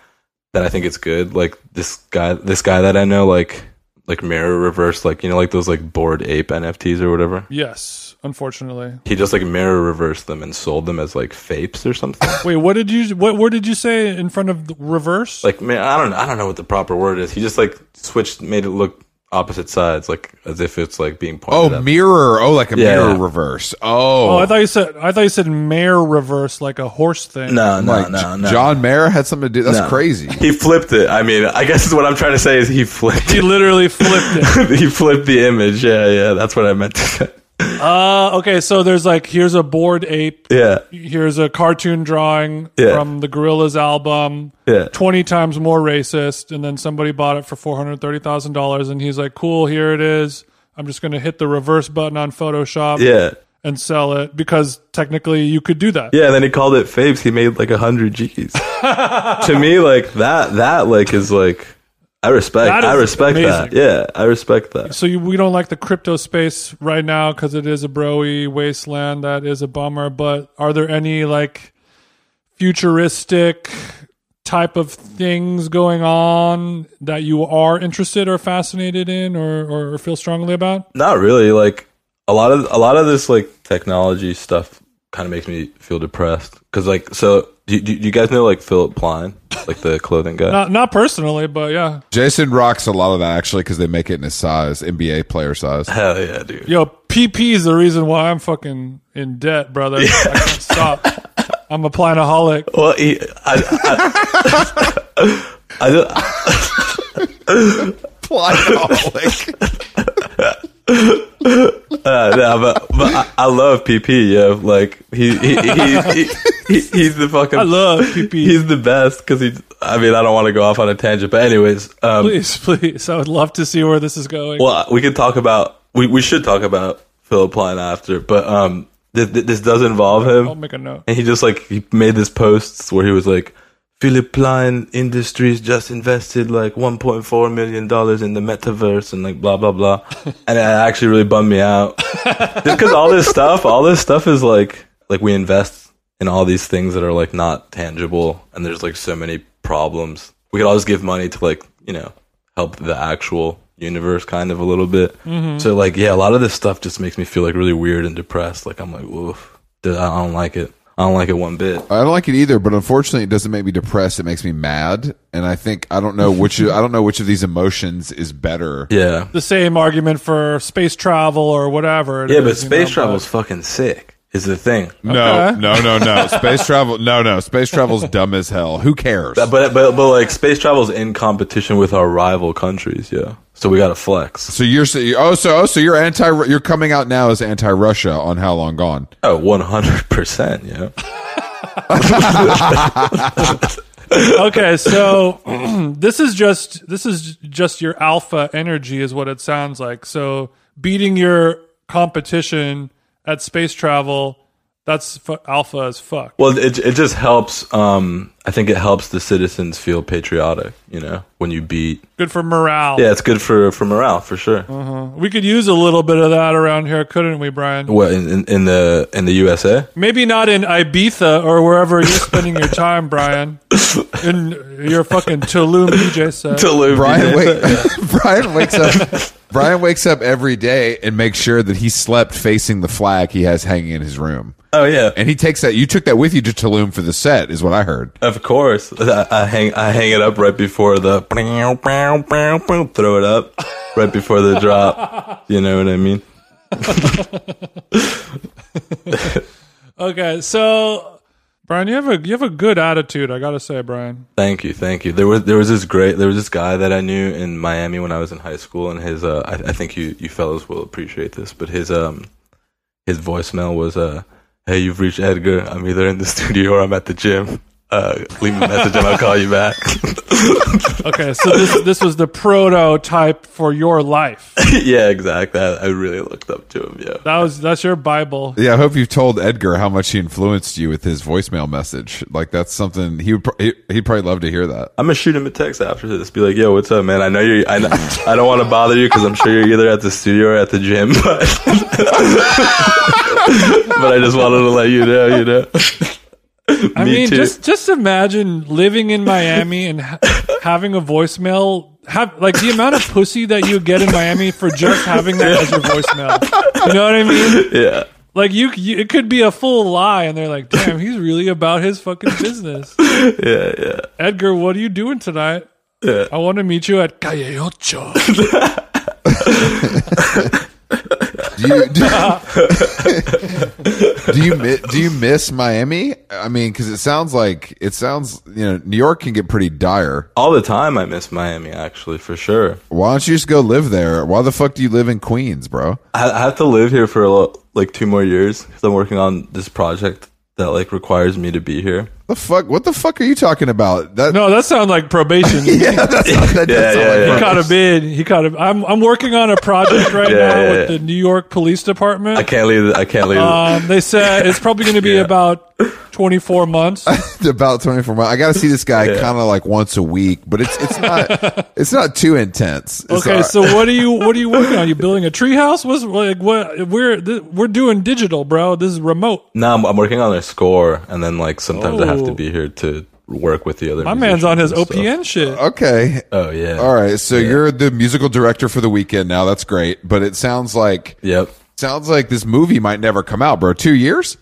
[SPEAKER 3] then I think it's good. Like this guy, this guy that I know, like, like mirror reverse, like you know, like those like bored ape NFTs or whatever.
[SPEAKER 1] Yes, unfortunately.
[SPEAKER 3] He just like mirror reversed them and sold them as like fapes or something.
[SPEAKER 1] Wait, what did you what where did you say in front of the reverse?
[SPEAKER 3] like man, I don't I don't know what the proper word is. He just like switched, made it look opposite sides, like as if it's like being pointed.
[SPEAKER 2] Oh,
[SPEAKER 3] at.
[SPEAKER 2] mirror. Oh, like a
[SPEAKER 3] Yeah.
[SPEAKER 2] mirror reverse. Oh,
[SPEAKER 1] oh, I thought you said I thought you said mare reverse like a horse thing.
[SPEAKER 3] no, no,
[SPEAKER 2] like
[SPEAKER 3] no,
[SPEAKER 2] J-
[SPEAKER 3] no.
[SPEAKER 2] John Mayer had something to do. That's
[SPEAKER 3] No.
[SPEAKER 2] crazy.
[SPEAKER 3] He flipped it. I mean, I guess what I'm trying to say is he flipped.
[SPEAKER 1] He literally flipped it.
[SPEAKER 3] *laughs* he flipped the image. Yeah, yeah. That's what I meant to say. *laughs*
[SPEAKER 1] Uh, okay, so there's like here's a bored ape,
[SPEAKER 3] Yeah,
[SPEAKER 1] here's a cartoon drawing
[SPEAKER 3] Yeah.
[SPEAKER 1] from the Gorillas album.
[SPEAKER 3] yeah.
[SPEAKER 1] 20 times more racist and then somebody bought it for $430,000 and he's like cool here it is I'm just going to hit the reverse button on Photoshop
[SPEAKER 3] Yeah,
[SPEAKER 1] and sell it because technically you could do that.
[SPEAKER 3] yeah. And then he called it Fapes. He made like a
[SPEAKER 1] *laughs*
[SPEAKER 3] hundred G's. to me, like that, that like is like, I respect,
[SPEAKER 1] That
[SPEAKER 3] I
[SPEAKER 1] is
[SPEAKER 3] respect that.
[SPEAKER 1] amazing.
[SPEAKER 3] Yeah, I respect that.
[SPEAKER 1] So you, we don't like the crypto space right now cuz it is a broy wasteland that is a bummer but are there any like futuristic type of things going on that you are interested or fascinated in or, or, or feel strongly about?
[SPEAKER 3] Not really. Like a lot of a lot of this like technology stuff kind of makes me feel depressed because like so do, do, do you guys know like Philip Pline, like the clothing guy?
[SPEAKER 1] Not not personally, but yeah.
[SPEAKER 2] Jason rocks a lot of that actually because they make it in his size, NBA player
[SPEAKER 3] *laughs*
[SPEAKER 2] size.
[SPEAKER 3] Hell yeah, dude.
[SPEAKER 1] Yo, PP is the reason why I'm fucking in debt, brother. I can't stop. I'm a planaholic.
[SPEAKER 3] Well, he, I, I, *laughs* I, uh, don't- uh, nah, but, but I, I love PP. Yeah, like he, he, he, he, he he's the fucking.
[SPEAKER 1] I love PP.
[SPEAKER 3] He's the best because he. I mean, I don't want to go off on a tangent, but anyways, um,
[SPEAKER 1] Please, please. I would love to see where this is going.
[SPEAKER 3] well, we could talk about. We we should talk about Philip Line after, but um, th- th- this does involve him.
[SPEAKER 1] I'll make a note.
[SPEAKER 3] *laughs* and he just like he made this post where he was like Philip Klein Industries just invested like 1.4 million dollars in the metaverse and like blah blah blah, and it actually really bummed me out just because all this stuff, all this stuff is like like we invest in all these things that are like not tangible, and there's like so many problems. We could always give money to like you know help the actual universe kind of a little bit. So like yeah, a lot of this stuff just makes me feel like really weird and depressed. Like I'm like woof, dude, I don't like it. I don't like it one bit.
[SPEAKER 2] *laughs* I don't like it either, but unfortunately, it doesn't make me depressed. It makes me mad, and I think I don't know which I don't know which of these emotions is better.
[SPEAKER 3] Yeah.
[SPEAKER 1] The same argument for space travel or whatever. it
[SPEAKER 3] Yeah, but
[SPEAKER 1] is, you know,
[SPEAKER 3] space travel's fucking sick. Is the thing.
[SPEAKER 2] No,
[SPEAKER 1] Okay.
[SPEAKER 2] no, no,
[SPEAKER 3] *laughs*
[SPEAKER 2] no. Space travel, no, no. Space travel's dumb as hell. Who cares?
[SPEAKER 3] But but but like space travel's in competition with our rival countries, yeah. So we got to flex.
[SPEAKER 2] So you're so- oh so oh so you're anti you're coming out now as anti Russia on how long gone?
[SPEAKER 3] Oh, 100%, yeah.
[SPEAKER 1] okay so
[SPEAKER 3] *clears throat*
[SPEAKER 1] *clears throat* this is just this is just your alpha energy is what it sounds like so beating your competition at space travel that's fu- alpha as fuck
[SPEAKER 3] Well, it it just helps um I think it helps the citizens feel patriotic, you know, when you beat.
[SPEAKER 1] good for morale
[SPEAKER 3] Yeah, it's good for for morale, for sure.
[SPEAKER 1] we could use a little bit of that around here couldn't we brian
[SPEAKER 3] What in, in in the in the USA?
[SPEAKER 1] maybe not in ibiza or wherever you're spending
[SPEAKER 3] *laughs*
[SPEAKER 1] your time brian in your fucking tulum dj set
[SPEAKER 3] Tulum,
[SPEAKER 2] Brian,
[SPEAKER 3] yeah.
[SPEAKER 2] wake, *laughs* Brian wakes up. Brian wakes up every day and makes sure that he slept facing the flag he has hanging in his room.
[SPEAKER 3] Oh yeah.
[SPEAKER 2] And he takes that. You took that with you to Tulum for the set, is what I heard.
[SPEAKER 3] Of course, I, I hang I hang it up right before the *laughs* pow, pow, pow, pow, throw it up right before the drop. You know what I mean?
[SPEAKER 1] okay so brian you have a you have a good attitude i gotta say brian
[SPEAKER 3] Thank you, thank you. There was there was this great there was this guy that I knew in Miami when I was in high school, and his uh, I, I think you you fellows will appreciate this, but his um his voicemail was uh Hey, you've reached Edgar. I'm either in the *laughs* studio or I'm at the gym. Uh, leave me a message and I'll call you back. *laughs*
[SPEAKER 1] Okay, so this this was the prototype for your life.
[SPEAKER 3] yeah, exactly. I, I really looked up to him. Yeah.
[SPEAKER 1] That was that's your
[SPEAKER 3] *laughs*
[SPEAKER 1] Bible.
[SPEAKER 2] Yeah, I hope you've told Edgar how much he influenced you with his voicemail message. Like that's something he would. Pr- he, he'd probably love to hear that.
[SPEAKER 3] I'm gonna shoot him a text after this. Be like, "Yo, what's up, man? I know you're. I, kn- I don't want to bother you because I'm sure you're either at the studio or at the gym, *laughs* but but I just wanted to let you know, you know.
[SPEAKER 1] I
[SPEAKER 3] Me
[SPEAKER 1] mean,
[SPEAKER 3] too.
[SPEAKER 1] just just imagine living in Miami and ha- having a voicemail. Have like the amount of pussy that you get in Miami for just having that as your voicemail. You know what I mean?
[SPEAKER 3] yeah,
[SPEAKER 1] Like you, you it could be a full lie, and they're like, "Damn, he's really about his fucking business."
[SPEAKER 3] *laughs* yeah, yeah.
[SPEAKER 1] Edgar, what are you doing tonight?
[SPEAKER 3] Yeah.
[SPEAKER 1] I want to meet you at Calle Ocho. *laughs*
[SPEAKER 2] Do you do, do you *laughs* mi- do you miss Miami? I mean, because it sounds like it sounds you know New York can get pretty dire.
[SPEAKER 3] All the time, I miss Miami actually for sure.
[SPEAKER 2] Why don't you just go live there? Why the fuck do you live in Queens, bro?
[SPEAKER 3] I, I have to live here for a lo- like two more years because I'm working on this project that like requires me to be here.
[SPEAKER 2] The fuck? What the fuck are you talking about? That
[SPEAKER 1] No, that sounds like
[SPEAKER 3] *laughs*
[SPEAKER 1] probation.
[SPEAKER 2] *laughs* yeah, that's not, that
[SPEAKER 3] Yeah,
[SPEAKER 2] does sound
[SPEAKER 3] yeah,
[SPEAKER 1] He
[SPEAKER 2] like *laughs* fun.
[SPEAKER 3] yeah.
[SPEAKER 1] caught a bid. He caught a. I'm I'm working on a project right
[SPEAKER 3] Yeah,
[SPEAKER 1] now
[SPEAKER 3] yeah,
[SPEAKER 1] with
[SPEAKER 3] yeah.
[SPEAKER 1] the New York Police Department.
[SPEAKER 3] I can't leave. I can't leave.
[SPEAKER 1] Um, they said it's probably going to be
[SPEAKER 3] Yeah.
[SPEAKER 1] about 24
[SPEAKER 3] *laughs*
[SPEAKER 1] months.
[SPEAKER 2] about 24 months. I got to see this guy kind of like once a week, but it's it's not
[SPEAKER 1] *laughs*
[SPEAKER 2] it's not too intense. It's all
[SPEAKER 1] Okay,
[SPEAKER 2] right.
[SPEAKER 1] so what are you what are you working on? You building a treehouse? What's like what we're th- we're doing digital, bro. This is remote.
[SPEAKER 3] No, I'm, I'm working on their score, and then like sometimes I have
[SPEAKER 1] Oh.
[SPEAKER 3] to be here to work with the other.
[SPEAKER 1] My man's on his
[SPEAKER 3] musicians and
[SPEAKER 1] OPN shit.
[SPEAKER 2] Okay.
[SPEAKER 3] stuff. Oh yeah.
[SPEAKER 2] All right. So you're the musical director for the weekend now. That's great. But it sounds like
[SPEAKER 3] Yep.
[SPEAKER 2] sounds like this movie might never come out, bro. Two
[SPEAKER 3] *laughs*
[SPEAKER 2] years?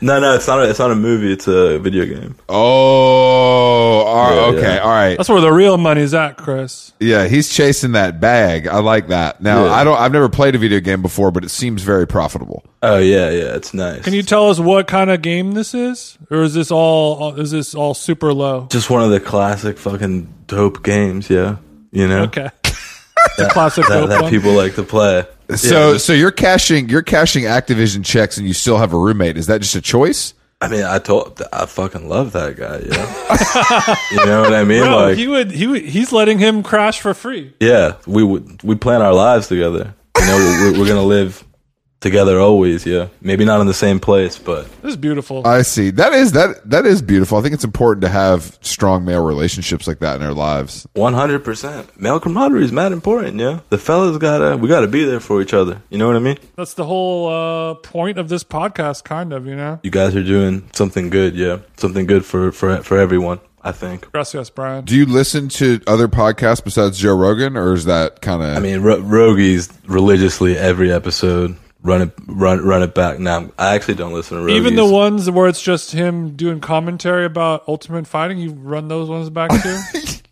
[SPEAKER 3] No, no, it's not. A, it's not a movie. It's a video game.
[SPEAKER 2] Oh. all-
[SPEAKER 3] Yeah,
[SPEAKER 2] okay.
[SPEAKER 3] yeah.
[SPEAKER 2] All right.
[SPEAKER 1] That's where the real money's at, Chris.
[SPEAKER 2] Yeah, he's chasing that bag. I like that. Now,
[SPEAKER 3] Yeah.
[SPEAKER 2] I don't. I've never played a video game before, but it seems very profitable.
[SPEAKER 3] Oh yeah, yeah. It's nice.
[SPEAKER 1] Can you tell us what kind of game this is, or is this all is this all super low?
[SPEAKER 3] Just one of the classic fucking dope games. Yeah. You know.
[SPEAKER 1] Okay, *laughs* it's a classic
[SPEAKER 3] That,
[SPEAKER 1] dope
[SPEAKER 3] that
[SPEAKER 1] one.
[SPEAKER 3] people like to play.
[SPEAKER 2] So,
[SPEAKER 3] Yeah,
[SPEAKER 2] so you're cashing. You're cashing Activision checks, and you still have a roommate. Is that just a choice?
[SPEAKER 3] I mean, I told, I fucking love that guy. Yeah,
[SPEAKER 1] *laughs*
[SPEAKER 3] you know what I mean.
[SPEAKER 1] No,
[SPEAKER 3] like,
[SPEAKER 1] he would. He would, he's letting him crash for free.
[SPEAKER 3] yeah, we would, we plan our lives together. You know, we're, we're gonna live together always. Yeah, maybe not in the same place, but
[SPEAKER 1] This is beautiful.
[SPEAKER 2] I see. That is that. That is beautiful. I think it's important to have strong male relationships like that in our lives.
[SPEAKER 3] one hundred percent, male camaraderie is mad important. Yeah, the fellas gotta, we gotta be there for each other. You know what I mean?
[SPEAKER 1] That's the whole uh, point of this podcast, kind of. You know.
[SPEAKER 3] You guys are doing something good. Yeah, something good for for for everyone. I think.
[SPEAKER 1] Gracias, Brian.
[SPEAKER 2] Do you listen to other podcasts besides Joe Rogan, or is that kind of?
[SPEAKER 3] I mean, Ro- Rogies religiously every episode. Run it, run, run it back. Now, I actually don't listen to Rogies.
[SPEAKER 1] Even the ones where it's just him doing commentary about Ultimate Fighting, you run those ones back
[SPEAKER 3] *laughs*
[SPEAKER 1] too.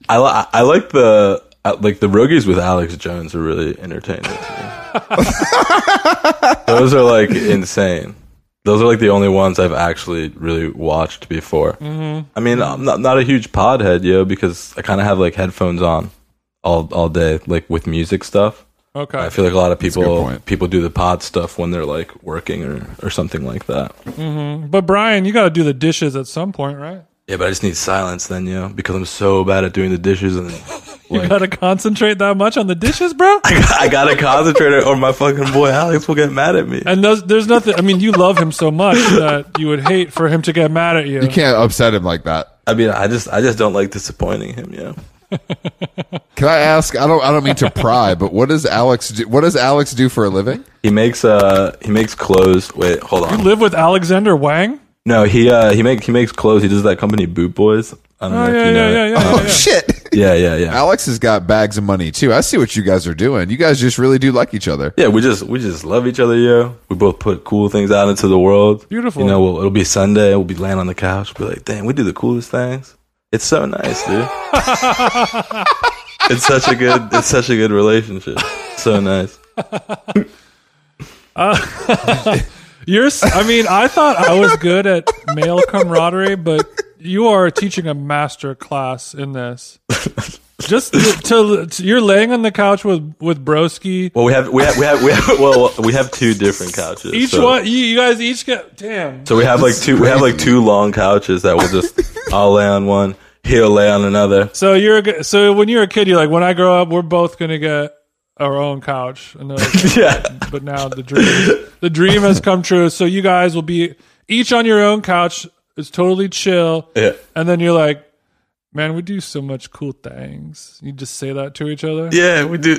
[SPEAKER 3] I, li- I like the I, like the rogues with Alex Jones are really entertaining. to me. *laughs* Those are like insane. Those are like the only ones I've actually really watched before. Mm-hmm. I mean, I'm not not a huge pod head, yo, because I kind of have like headphones on all all day, like with music stuff.
[SPEAKER 1] Okay.
[SPEAKER 3] I feel like a lot of people
[SPEAKER 2] point.
[SPEAKER 3] people do the pod stuff when they're like working or or something like that.
[SPEAKER 1] But Brian, you got to do the dishes at some point, right?
[SPEAKER 3] Yeah, but I just need silence then, yo, because I'm so bad at doing the dishes and.
[SPEAKER 1] You
[SPEAKER 3] like-
[SPEAKER 1] got to concentrate that much on the dishes, bro.
[SPEAKER 3] *laughs* I gotta concentrate, or my fucking boy Alex will get mad at me.
[SPEAKER 1] And those, there's nothing. I mean, you love him so much that you would hate for him to get mad at you.
[SPEAKER 2] you can't upset him like that.
[SPEAKER 3] I mean, I just, I just don't like disappointing him. Yeah,
[SPEAKER 2] Can I ask? I don't. I don't mean to pry, but what does Alex? Do, what does Alex do for a living?
[SPEAKER 3] he makes, uh, he makes clothes. Wait, hold on.
[SPEAKER 1] Live with Alexander Wang.
[SPEAKER 3] no, he, uh, he makes, he makes clothes. He does that company Boot Boys. I don't
[SPEAKER 1] Oh
[SPEAKER 3] know if
[SPEAKER 1] yeah, yeah,
[SPEAKER 3] you know.
[SPEAKER 1] yeah,
[SPEAKER 3] it.
[SPEAKER 1] yeah,
[SPEAKER 2] *laughs* Oh
[SPEAKER 1] yeah.
[SPEAKER 2] shit!
[SPEAKER 3] yeah, yeah, yeah.
[SPEAKER 2] Alex has got bags of money too. I see what you guys are doing. You guys just really do like each other.
[SPEAKER 3] Yeah, we just, we just love each other. Yeah, we both put cool things out into the world.
[SPEAKER 1] Beautiful.
[SPEAKER 3] You know, we'll, it'll be Sunday. We'll be laying on the couch. We'll be like, damn, we do the coolest things. It's so nice,
[SPEAKER 1] *laughs*
[SPEAKER 3] dude. it's such a good, it's such a good relationship. So nice.
[SPEAKER 1] You're. s- I mean, I thought I was good at male camaraderie, but you are teaching a master class in this. Just to, to you're laying on the couch with with Broski.
[SPEAKER 3] Well, we have we have we have, we have *laughs* well we have two different couches.
[SPEAKER 1] Each
[SPEAKER 3] so,
[SPEAKER 1] one, you, you guys each get damn.
[SPEAKER 3] So we have like two we have like two long couches that we'll *laughs* just I'll lay on one, he'll lay on another.
[SPEAKER 1] So you're a g- so when you're a kid, you're like, when I grow up, we're both gonna get our own couch. And they're like,
[SPEAKER 3] *laughs* Yeah,
[SPEAKER 1] but now the dream the dream has come true. So you guys will be each on your own couch. It's totally chill.
[SPEAKER 3] yeah,
[SPEAKER 1] And then you're like, man, we do so much cool things. You just say that to each other.
[SPEAKER 3] yeah. We do.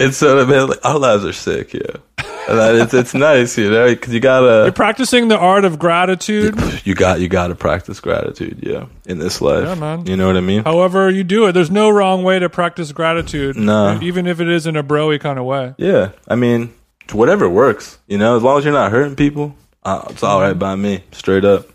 [SPEAKER 3] It's so man, like, our lives are sick. Yeah, and that, it's it's nice, you know, because
[SPEAKER 1] You're
[SPEAKER 3] you gotta
[SPEAKER 1] practicing the art of gratitude.
[SPEAKER 3] you got you gotta practice gratitude. Yeah, in this life.
[SPEAKER 1] Yeah, man.
[SPEAKER 3] You know what I mean?
[SPEAKER 1] However you do it, there's no wrong way to practice gratitude.
[SPEAKER 3] No.
[SPEAKER 1] Even if it is in a broy kind of way.
[SPEAKER 3] Yeah, I mean, whatever works. You know, as long as you're not hurting people, uh, it's all right by me. Straight up.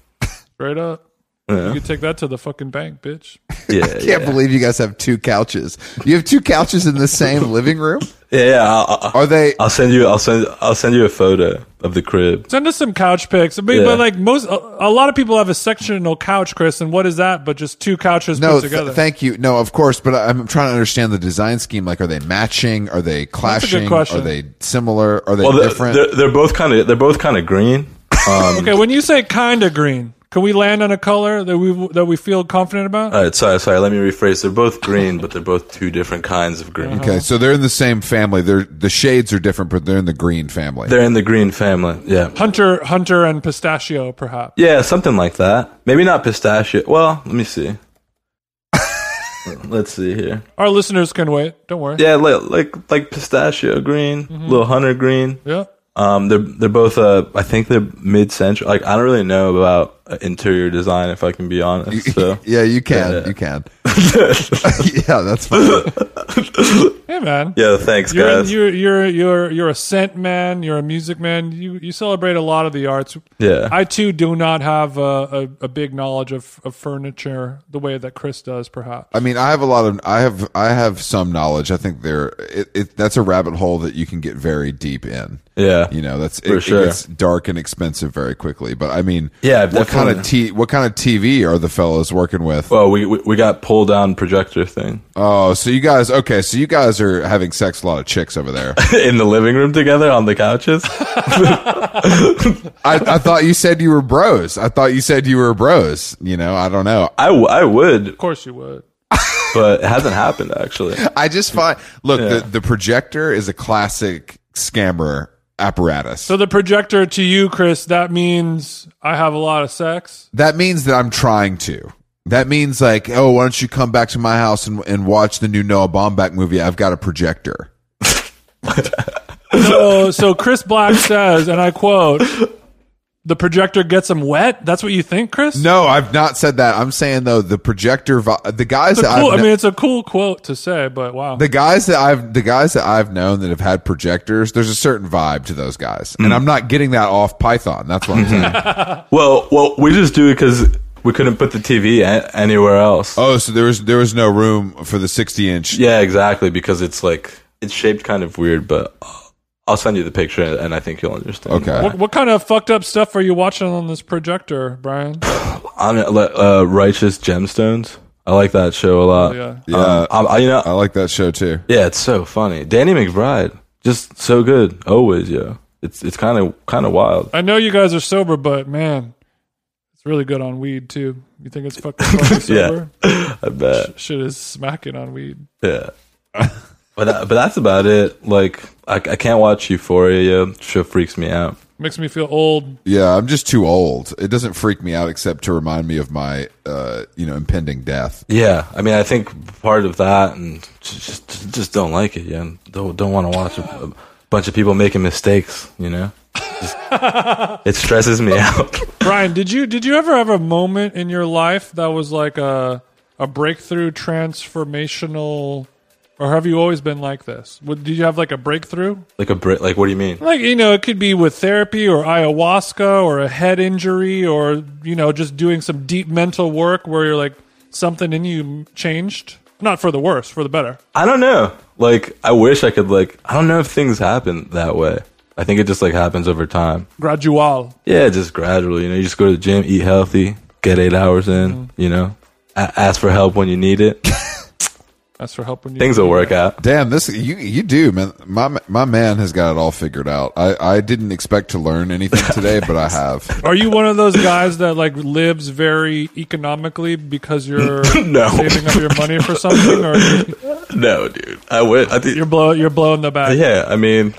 [SPEAKER 1] Straight up. You *laughs*
[SPEAKER 3] Yeah,
[SPEAKER 1] can take that to the fucking bank, bitch.
[SPEAKER 3] yeah,
[SPEAKER 2] Can't
[SPEAKER 3] yeah.
[SPEAKER 2] believe you guys have two couches. You have two couches in the same living room.
[SPEAKER 3] yeah I'll, I'll-
[SPEAKER 2] Are they?
[SPEAKER 3] I'll send you. I'll send. I'll send you a photo of the crib.
[SPEAKER 1] Send us some couch pics. But,
[SPEAKER 3] Yeah.
[SPEAKER 1] but like most, a, a lot of people have a sectional couch, Chris. And what is that? But just two couches
[SPEAKER 2] No,
[SPEAKER 1] put
[SPEAKER 2] th-
[SPEAKER 1] together.
[SPEAKER 2] thank you. No, of course, but I- I'm trying to understand the design scheme. Like, are they matching? Are they clashing?
[SPEAKER 1] question.
[SPEAKER 2] Are they similar? Are they
[SPEAKER 3] Well, they're,
[SPEAKER 2] different?
[SPEAKER 3] they're, they're both kind of. They're both kind of green. Um,
[SPEAKER 1] Okay, when you say kind of green, can we land on a color that we that we feel confident about?
[SPEAKER 3] all right, sorry, sorry. Let me rephrase. They're both green, but they're both two different kinds of green.
[SPEAKER 2] okay, so they're in the same family. They're the shades are different, but they're in the green family.
[SPEAKER 3] They're in the green family. Yeah,
[SPEAKER 1] Hunter, Hunter, and pistachio, perhaps.
[SPEAKER 3] yeah, something like that. Maybe not pistachio. Well, let me see. Let's see here.
[SPEAKER 1] Our listeners can wait. Don't worry.
[SPEAKER 3] Yeah, like like, like pistachio green,
[SPEAKER 1] Mm-hmm.
[SPEAKER 3] little hunter green.
[SPEAKER 1] Yeah.
[SPEAKER 3] Um, they're they're both. Uh, I think they're mid century. Like I don't really know about interior design, if I can be honest. So
[SPEAKER 2] *laughs* yeah, you can. You
[SPEAKER 3] *laughs*
[SPEAKER 2] can. *laughs* yeah, that's fine.
[SPEAKER 1] Hey, man.
[SPEAKER 3] yeah, thanks
[SPEAKER 1] You're, in-
[SPEAKER 3] guys.
[SPEAKER 1] you're you're you're you're a scent man. You're a music man. You you celebrate a lot of the arts.
[SPEAKER 3] yeah,
[SPEAKER 1] I too do not have a, a, a big knowledge of, of furniture the way that Chris does, perhaps.
[SPEAKER 2] I mean, I have a lot of, I have, I have some knowledge. I think there, it, it, that's a rabbit hole that you can get very deep in.
[SPEAKER 3] yeah,
[SPEAKER 2] You know, that's
[SPEAKER 3] For
[SPEAKER 2] it,
[SPEAKER 3] sure.
[SPEAKER 2] it gets dark and expensive very quickly. But I mean,
[SPEAKER 3] Yeah,
[SPEAKER 2] what kind
[SPEAKER 3] definitely.
[SPEAKER 2] of t, what kind of TV are the fellows working with?
[SPEAKER 3] Well, we, we we got pull down projector thing *laughs*
[SPEAKER 2] Oh, so you guys, okay, so you guys are having sex with a lot of chicks over
[SPEAKER 3] *laughs*
[SPEAKER 2] there.
[SPEAKER 3] in the living room together on the couches.
[SPEAKER 2] I, I thought you said you were bros. I thought you said you were bros. You know, I don't know.
[SPEAKER 3] I, w- I would,
[SPEAKER 1] of course you would.
[SPEAKER 3] but it hasn't happened actually.
[SPEAKER 2] I just find look
[SPEAKER 3] Yeah.
[SPEAKER 2] the the projector is a classic scammer apparatus.
[SPEAKER 1] So the projector to you, Chris, that means I have a lot of sex.
[SPEAKER 2] that means that I'm trying to. That means like, oh, why don't you come back to my house and, and watch the new Noah Baumbach movie? I've got a projector.
[SPEAKER 1] So so Chris Black says, and I quote, "The projector gets him wet." That's what you think, Chris?
[SPEAKER 2] No, I've not said that. I'm saying though the projector, vi- the guys that
[SPEAKER 1] Cool.
[SPEAKER 2] I've
[SPEAKER 1] I
[SPEAKER 2] kno-
[SPEAKER 1] mean, it's a cool quote to say, but wow.
[SPEAKER 2] the guys that I've the guys that I've known that have had projectors, there's a certain vibe to those guys,
[SPEAKER 1] Mm.
[SPEAKER 2] and I'm not getting that off Python. That's what
[SPEAKER 1] *laughs*
[SPEAKER 2] I'm saying.
[SPEAKER 3] Well, well, we just do it because we couldn't put the TV a- anywhere else.
[SPEAKER 2] oh, so there was there was no room for the 60 inch.
[SPEAKER 3] Yeah, exactly. Because it's like it's shaped kind of weird, but I'll send you the picture, and I think you'll understand.
[SPEAKER 2] Okay.
[SPEAKER 1] what, what kind of fucked up stuff are you watching on this projector, Brian?
[SPEAKER 3] I'm uh, Righteous Gemstones. I like that show a lot.
[SPEAKER 1] Oh, Yeah.
[SPEAKER 3] yeah. Um, I, I- you know,
[SPEAKER 2] I like that show too.
[SPEAKER 3] yeah, it's so funny. Danny McBride, just so good always. Yeah, it's it's kind of kind of wild.
[SPEAKER 1] I know you guys are sober, but man, it's really good on weed too. You think it's
[SPEAKER 2] *laughs*
[SPEAKER 1] fucking fucking sober?
[SPEAKER 3] I bet.
[SPEAKER 1] Shit is smacking on weed.
[SPEAKER 3] Yeah. but that, but that's about it. Like I, I can't watch Euphoria. Yeah, show freaks me out.
[SPEAKER 1] Makes me feel old.
[SPEAKER 2] Yeah, I'm just too old. It doesn't freak me out except to remind me of my, uh, you know, impending death.
[SPEAKER 3] Yeah, I mean, I think part of that, and just just, just don't like it. Yeah, don't don't want to watch a, a bunch of people making mistakes. You know, just, it stresses me out. *laughs*
[SPEAKER 1] Brian, did you did you ever have a moment in your life that was like a a breakthrough transformational or have you always been like this? What- Did you have like a breakthrough?
[SPEAKER 3] like a Brit. Like, what do you mean?
[SPEAKER 1] Like, you know, it could be with therapy or ayahuasca or a head injury or, you know, just doing some deep mental work where you're like something in you changed. Not for the worse, for the better.
[SPEAKER 3] I don't know. Like, I wish I could. Like, I don't know if things happen that way. I think it just like happens over time.
[SPEAKER 1] Gradual.
[SPEAKER 3] Yeah, just gradually. You know, you just go to the gym, eat healthy, get eight hours in. You know, a- ask for help when you need it.
[SPEAKER 1] That's for helping you.
[SPEAKER 3] Things will work out.
[SPEAKER 2] Damn, this you you do, man. My my man has got it all figured out. I I didn't expect to learn
[SPEAKER 3] *laughs*
[SPEAKER 2] anything today, but I have.
[SPEAKER 1] Are you one of those guys that like lives very economically because you're
[SPEAKER 3] *coughs* No.
[SPEAKER 1] saving up your money for something,
[SPEAKER 3] *laughs*
[SPEAKER 1] or
[SPEAKER 3] *laughs* No, dude, I would. I think
[SPEAKER 1] you're blow you're blowing the back?
[SPEAKER 3] Yeah, I mean,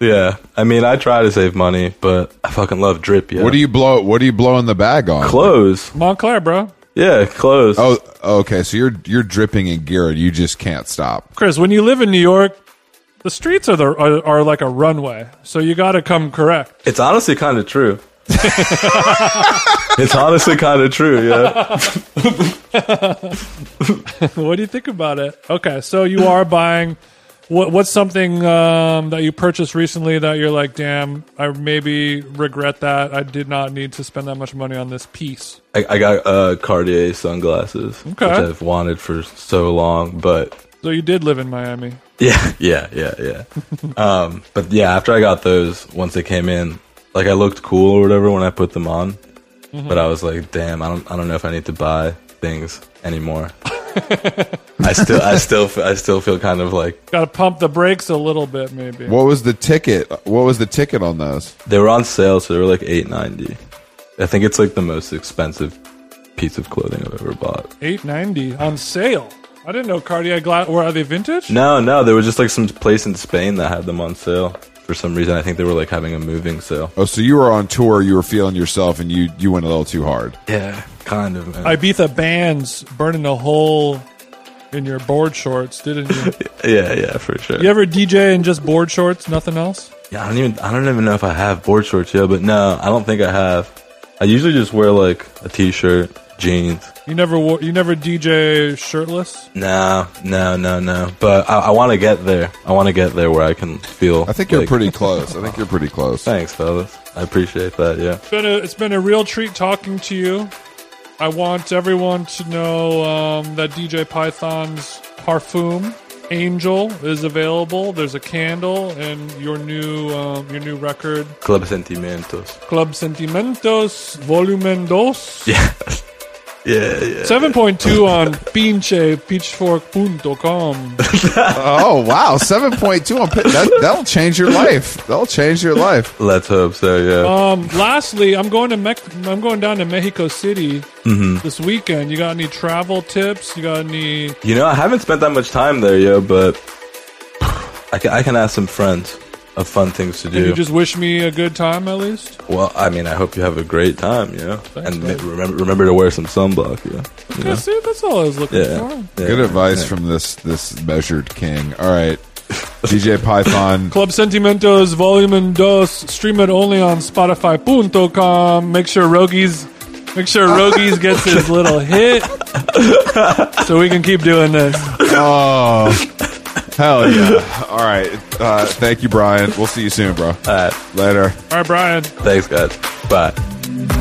[SPEAKER 3] yeah, I mean, I try to save money, but I fucking love drip. Yeah,
[SPEAKER 2] What do you blow? What do you blow in the bag on?
[SPEAKER 3] *laughs* clothes?
[SPEAKER 1] Montclair, bro.
[SPEAKER 3] Yeah, clothes.
[SPEAKER 2] Oh, okay. So you're you're dripping in gear. and You just can't stop.
[SPEAKER 1] Chris, when you live in New York, the streets are the are, are like a runway, so you got to come correct. *laughs*
[SPEAKER 3] it's honestly kind of *laughs* true. it's honestly kind of true. Yeah,
[SPEAKER 1] what do you think about it? Okay, so you are buying. What what's something um, that you purchased recently that you're like, damn, I maybe regret that. I did not need to spend that much money on this piece.
[SPEAKER 3] I, I got uh, Cartier sunglasses,
[SPEAKER 1] Okay.
[SPEAKER 3] which I've wanted for so long, but
[SPEAKER 1] So you did live in Miami.
[SPEAKER 3] Yeah, *laughs* yeah, yeah, yeah. um, but yeah, after I got those, once they came in, like I looked cool or whatever when I put them on, but I was like, damn, I don't, I don't know if I need to buy things *laughs* anymore. I still, I still, f- I still feel kind of like
[SPEAKER 1] Got to pump the brakes a little bit, maybe.
[SPEAKER 2] What was the ticket? What was the ticket on those?
[SPEAKER 3] they were on sale, so they were like eight ninety. I think it's like the most expensive piece of clothing I've ever bought.
[SPEAKER 1] Eight ninety on sale. I didn't know Cartier glass. Were are they vintage?
[SPEAKER 3] No, no, there was just like some place in Spain that had them on sale for some reason. I think they were like having a moving sale.
[SPEAKER 2] Oh, so you were on tour. You were feeling yourself, and you you went a little too hard.
[SPEAKER 3] Yeah, kind of. Man.
[SPEAKER 1] Ibiza bands burning a hole in your board shorts, didn't you?
[SPEAKER 3] yeah, yeah, for sure.
[SPEAKER 1] you ever DJ in just board shorts, nothing else?
[SPEAKER 3] Yeah, I don't even I don't even know if I have board shorts yet, but no, I don't think I have. I usually just wear like a t-shirt, jeans.
[SPEAKER 1] You never wore, you never DJ shirtless.
[SPEAKER 3] No, no, no, no. But I, I want to get there. I want to get there where I can feel.
[SPEAKER 2] I think you're
[SPEAKER 3] like-
[SPEAKER 2] pretty close. I think you're pretty close.
[SPEAKER 3] *laughs* Thanks, fellas. I appreciate that. Yeah.
[SPEAKER 1] It's been a, it's been a real treat talking to you. I want everyone to know um, that DJ Python's Parfum Angel is available. There's a candle and your new um, your new record
[SPEAKER 3] Club Sentimientos.
[SPEAKER 1] Club Sentimentos Volumen Dos.
[SPEAKER 3] Yeah. yeah, yeah.
[SPEAKER 1] 7.2 on *laughs* pinchepeachfork.com.
[SPEAKER 2] Oh wow, seven point two on Pit- that, that'll change your life. That'll change your life.
[SPEAKER 3] Let's hope so. Yeah.
[SPEAKER 1] Um, lastly, I'm going to Mex- I'm going down to Mexico City
[SPEAKER 3] Mm-hmm.
[SPEAKER 1] this weekend. You got any travel tips? You got any?
[SPEAKER 3] You know, I haven't spent that much time there, yeah, but I can, I can ask some friends of fun things to
[SPEAKER 1] Can
[SPEAKER 3] do.
[SPEAKER 1] you just wish me a good time at least?
[SPEAKER 3] well, I mean, I hope you have a great time, yeah. and ma- remember, remember to wear some sunblock, yeah. You
[SPEAKER 1] Yeah,
[SPEAKER 3] know?
[SPEAKER 1] see, that's all I was looking
[SPEAKER 3] Yeah.
[SPEAKER 1] for.
[SPEAKER 3] yeah.
[SPEAKER 2] Good advice from this this measured king. All right, *laughs* DJ *laughs* Python.
[SPEAKER 1] Club Sentimentos Volumen Dos. Stream it only on Spotify.com. Make sure Rogies, make sure Rogies gets his little
[SPEAKER 3] *laughs*
[SPEAKER 1] hit, so we can keep doing this.
[SPEAKER 2] Oh hell yeah! All right, uh, thank you, Brian. We'll see you soon, bro.
[SPEAKER 3] All right.
[SPEAKER 2] Later.
[SPEAKER 1] All right, Brian.
[SPEAKER 3] Thanks, guys. Bye.